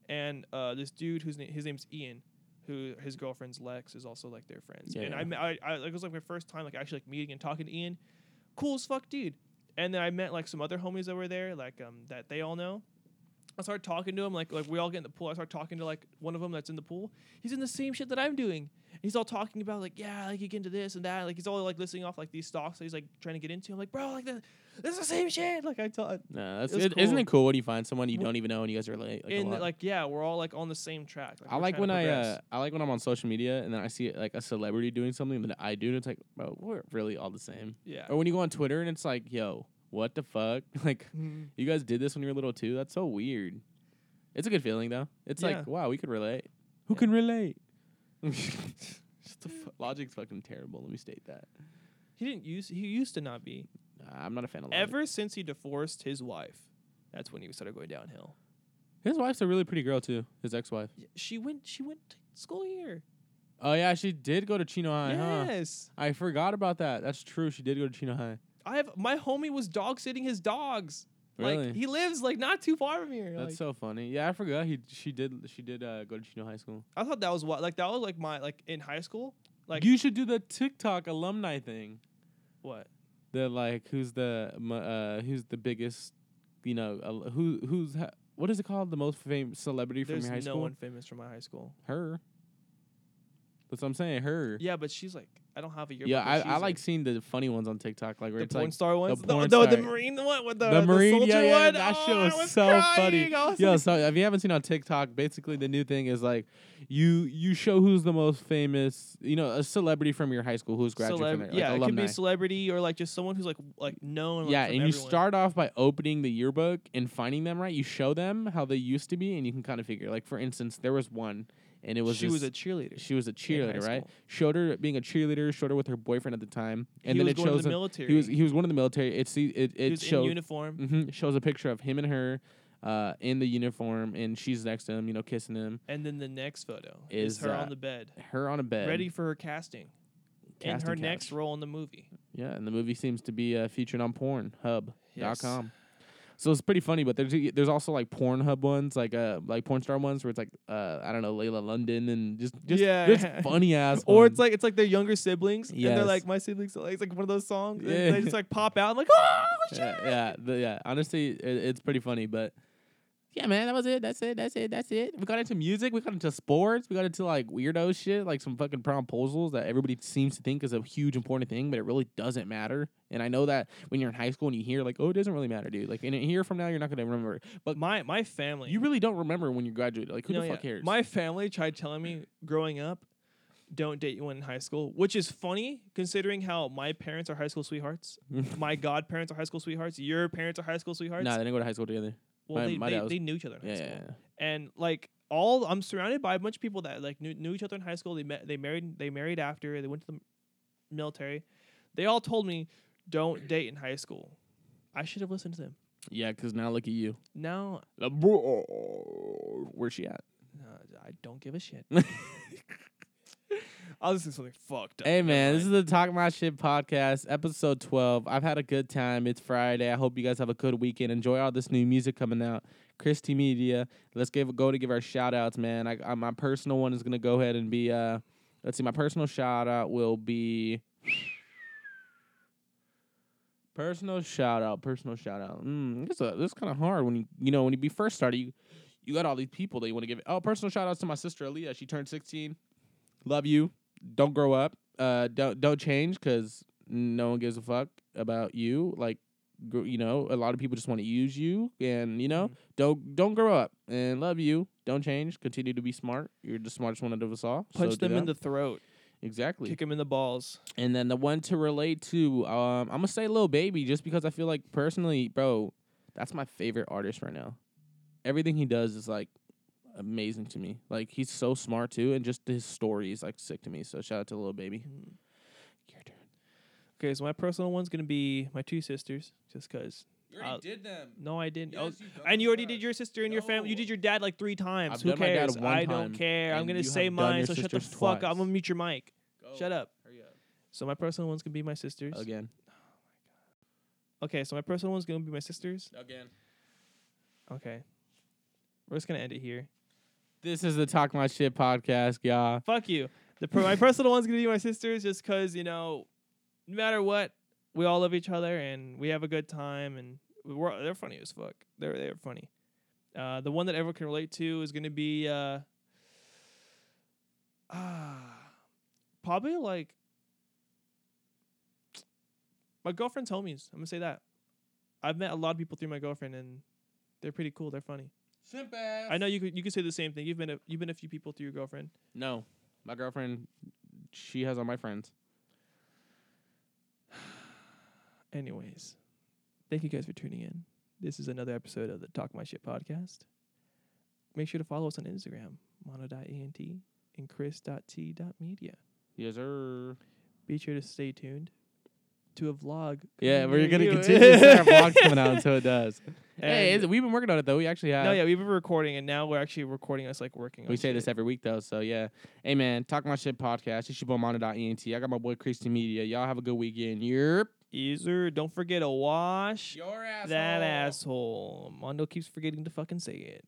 E: and uh, this dude whose name his name's Ian, who his girlfriend's Lex is also like their friends.
C: Yeah,
E: and
C: yeah.
E: I, met, I, I it was like my first time like actually like meeting and talking to Ian, cool as fuck dude. And then I met like some other homies that were there, like um that they all know. I started talking to him, like like we all get in the pool. I start talking to like one of them that's in the pool. He's in the same shit that I'm doing. He's all talking about like yeah, like you get into this and that. Like he's all like listing off like these stocks that he's like trying to get into. I'm like bro, like this, this is the same shit. Like I tell
C: no, that's
E: It was
C: it, Isn't
E: cool.
C: it cool when you find someone you
E: Well,
C: don't even know and you guys relate? Like, a
E: and
C: lot?
E: like yeah, we're all like on the same track.
C: I
E: we're
C: like when
E: trying to
C: I
E: progress.
C: uh, I like when I'm on social media and then I see like a celebrity doing something that I do and it's like, bro, we're really all the same.
E: yeah.
C: Or when you go on Twitter and it's like, yo, what the fuck? [laughs] Like,
E: Mhm.
C: you guys did this when you were little too? That's so weird. It's a good feeling though. It's
E: Yeah.
C: like, wow, we could relate. Who
E: Yeah.
C: can [laughs] relate? Logic's fucking terrible. Let me state that.
E: He didn't use he used to not be.
C: Nah, I'm not a fan of Logic.
E: Ever since he divorced his wife, that's when he started going downhill.
C: His wife's a really pretty girl too. His ex-wife.
E: Y- She went she went to school here.
C: Oh yeah, she did go to Chino High. Huh?
E: yes.
C: I forgot about that. That's true. She did go to Chino High.
E: I have my homie was dog sitting his dogs.
C: Really?
E: Like he lives like not too far from here.
C: That's
E: like,
C: so funny. Yeah, I forgot. He she did she did uh, go to Chino High School.
E: I thought that was what like that was like my like in high school. Like
C: you should do the TikTok alumni thing.
E: what?
C: The like who's the mu- uh who's the biggest you know, a, who who's ha- what is it called? The most famous celebrity from
E: There's
C: your
E: no
C: high school?
E: one famous from my high school.
C: Her. That's what I'm saying. Her.
E: Yeah, but she's like, I don't have a yearbook.
C: Yeah,
E: but
C: I,
E: she's,
C: I like seeing the funny ones on TikTok, like where
E: the
C: it's
E: porn
C: like
E: star ones.
C: porn
E: no, the
C: star.
E: marine one with the
C: the Marine.
E: soldier
C: yeah, yeah,
E: one.
C: that
E: oh,
C: shit
E: I
C: was, so funny.
E: crying. I was
C: Yo,
E: like-
C: so if you haven't seen on TikTok, basically the new thing is like you you show who's the most famous, you know, a celebrity from your high school who's graduated
E: Celeb-
C: from there, like
E: yeah, it could be
C: alumni.
E: a celebrity or like just someone who's like w- like known. Like,
C: yeah,
E: from
C: and you
E: everyone.
C: start off by opening the yearbook and finding them. Right, you show them how they used to be, and you can kind of figure. Like for instance, there was one, and it was
E: she was
C: this-
E: a cheerleader.
C: she was a cheerleader,
E: high
C: right?
E: school.
C: Showed her being a cheerleader. Showed her with her boyfriend at the time, and
E: He
C: then
E: was
C: it
E: going to
C: shows
E: the
C: him-
E: military.
C: he was he was one of the military. It's the- it
E: He
C: it
E: was in
C: shows
E: uniform.
C: hmm shows a picture of him and her uh, in the uniform, and she's next to him, you know, kissing him.
E: And then the next photo is,
C: Is,
E: her
C: uh,
E: on the bed,
C: Her on a bed.
E: ready for her casting, and
C: Casting
E: her
C: couch.
E: next role in the movie.
C: Yeah, and the movie seems to be uh, featured on Pornhub.com.
E: Yes.
C: So it's pretty funny, but there's there's also like Pornhub ones, like uh like porn star ones, where it's like uh I don't know Layla London and just just,
E: Yeah.
C: just funny ass.
E: [laughs] Or it's
C: ones.
E: like it's like their younger siblings, and they're
C: Yes.
E: like my siblings. are like-" It's like one of those songs.
C: [laughs]
E: and
C: Yeah.
E: they just like pop out, and like oh shit.
C: yeah, yeah, the, yeah. Honestly, it, it's pretty funny, but yeah, man, that was it. That's it. That's it. That's it. We got into music. We got into sports. We got into like weirdo shit, like some fucking promposals that everybody seems to think is a huge important thing, but it really doesn't matter. And I know that when you're in high school and you hear like, oh, it doesn't really matter, dude. Like in a year from now, you're not gonna remember. But
E: My my family.
C: you really don't remember when you graduated. Like who
E: No,
C: the fuck
E: yeah.
C: cares?
E: My family tried telling me growing up, don't date anyone in high school, which is funny considering how my parents are high school sweethearts.
C: [laughs]
E: my godparents are high school sweethearts. Your parents are high school sweethearts.
C: nah, they didn't go to high school together.
E: well,
C: my-
E: they,
C: my
E: they,
C: dad was-
E: they knew each other in high
C: Yeah,
E: school,
C: yeah, yeah.
E: and like all I'm surrounded by a bunch of people that like knew, knew each other in high school. They met, they married, they married after they went to the military. They all told me, don't date in high school. I should have listened to them.
C: yeah. Because now look at you.
E: Now
C: Where's she at?
E: uh, I don't give a shit. [laughs] I'll listen to something fucked up.
C: Hey
E: Never
C: man,
E: mind.
C: this is the Talk My Shit podcast, episode twelve. I've had a good time. It's Friday. I hope you guys have a good weekend. Enjoy all this new music coming out. Christy Media. Let's give go to give our shout outs, man. I, I, my personal one is gonna go ahead and be uh, let's see. My personal shout out will be personal shout out. Personal shout out. Mm, this uh, this kind of hard when you you know when you be first started you you got all these people that you want to give. Oh, personal shout outs to my sister Aaliyah. She turned sixteen. Love you don't grow up. Uh, don't don't change because no one gives a fuck about you. Like, gr- you know, a lot of people just want to use you, and you know,
E: Mm-hmm.
C: don't don't grow up and love you. Don't change. Continue to be smart. You're the smartest one out of us all. so
E: punch
C: do
E: them in
C: that.
E: the throat,
C: exactly.
E: kick them in the balls.
C: And then the one to relate to, um, I'm gonna say Lil Baby, just because I feel like personally, bro, that's my favorite artist right now. Everything he does is like amazing to me. Like he's so smart too, and just his story is like sick to me. So shout out to Lil Baby. Your turn.
E: Okay, so my personal one's gonna be my two sisters, just cause.
I: You
E: already Uh,
I: did them.
E: No, I didn't. Oh,
I: Yes, you've done
E: and you
I: them
E: already
I: first.
E: did your sister and your family. You
I: No.
E: did your dad like three times.
C: I've
E: Who
C: done my dad
E: cares?
C: one
E: I don't
C: time,
E: care. I'm
C: and
E: gonna
C: you
E: say
C: have done
E: mine.
C: your
E: So shut the
C: sisters
E: fuck up.
C: twice. Oh.
E: I'm gonna mute your mic. Shut up.
I: Hurry up.
E: So my personal one's gonna be my sisters.
C: Again.
E: Okay, so my personal one's gonna be my sisters.
I: Again.
E: Okay, we're just gonna end it here.
C: This is the Talk My Shit podcast, y'all.
E: Fuck you. The per- my personal one's gonna be my sisters, just cause you know, no matter what, we all love each other and we have a good time and we're, they're funny as fuck. They're they're funny. Uh, the one that everyone can relate to is gonna be uh, [sighs] ah, probably like my girlfriend's homies. I'm gonna say that. I've met a lot of people through my girlfriend and they're pretty cool. They're funny.
I: Simp
E: I know you could you could say the same thing. You've been a, you've been a few people through your girlfriend.
C: No, my girlfriend, she has all my friends.
E: Anyways, thank you guys for tuning in. This is another episode of the Talk My Shit podcast. Make sure to follow us on Instagram, mono.ant and chris.t.media.
C: Yes, sir.
E: Be sure to stay tuned to a vlog.
C: Yeah,
E: coming
C: we're
E: near
C: gonna
E: you.
C: continue to see our vlogs coming out
E: [laughs]
C: until it does. hey,
E: And-
C: is it- we've been working on it though. We actually have.
E: No, yeah, we've been recording, and now we're actually recording us like working.
C: We
E: on
C: say this
E: shit.
C: every week though, so yeah. Hey man, talk my shit podcast. It's your boy Mono.ent. I got my boy Christy Media. Y'all have a good weekend. Yep.
E: Easer, don't forget to wash
I: Your ass.
E: that asshole. Mondo keeps forgetting to fucking say it.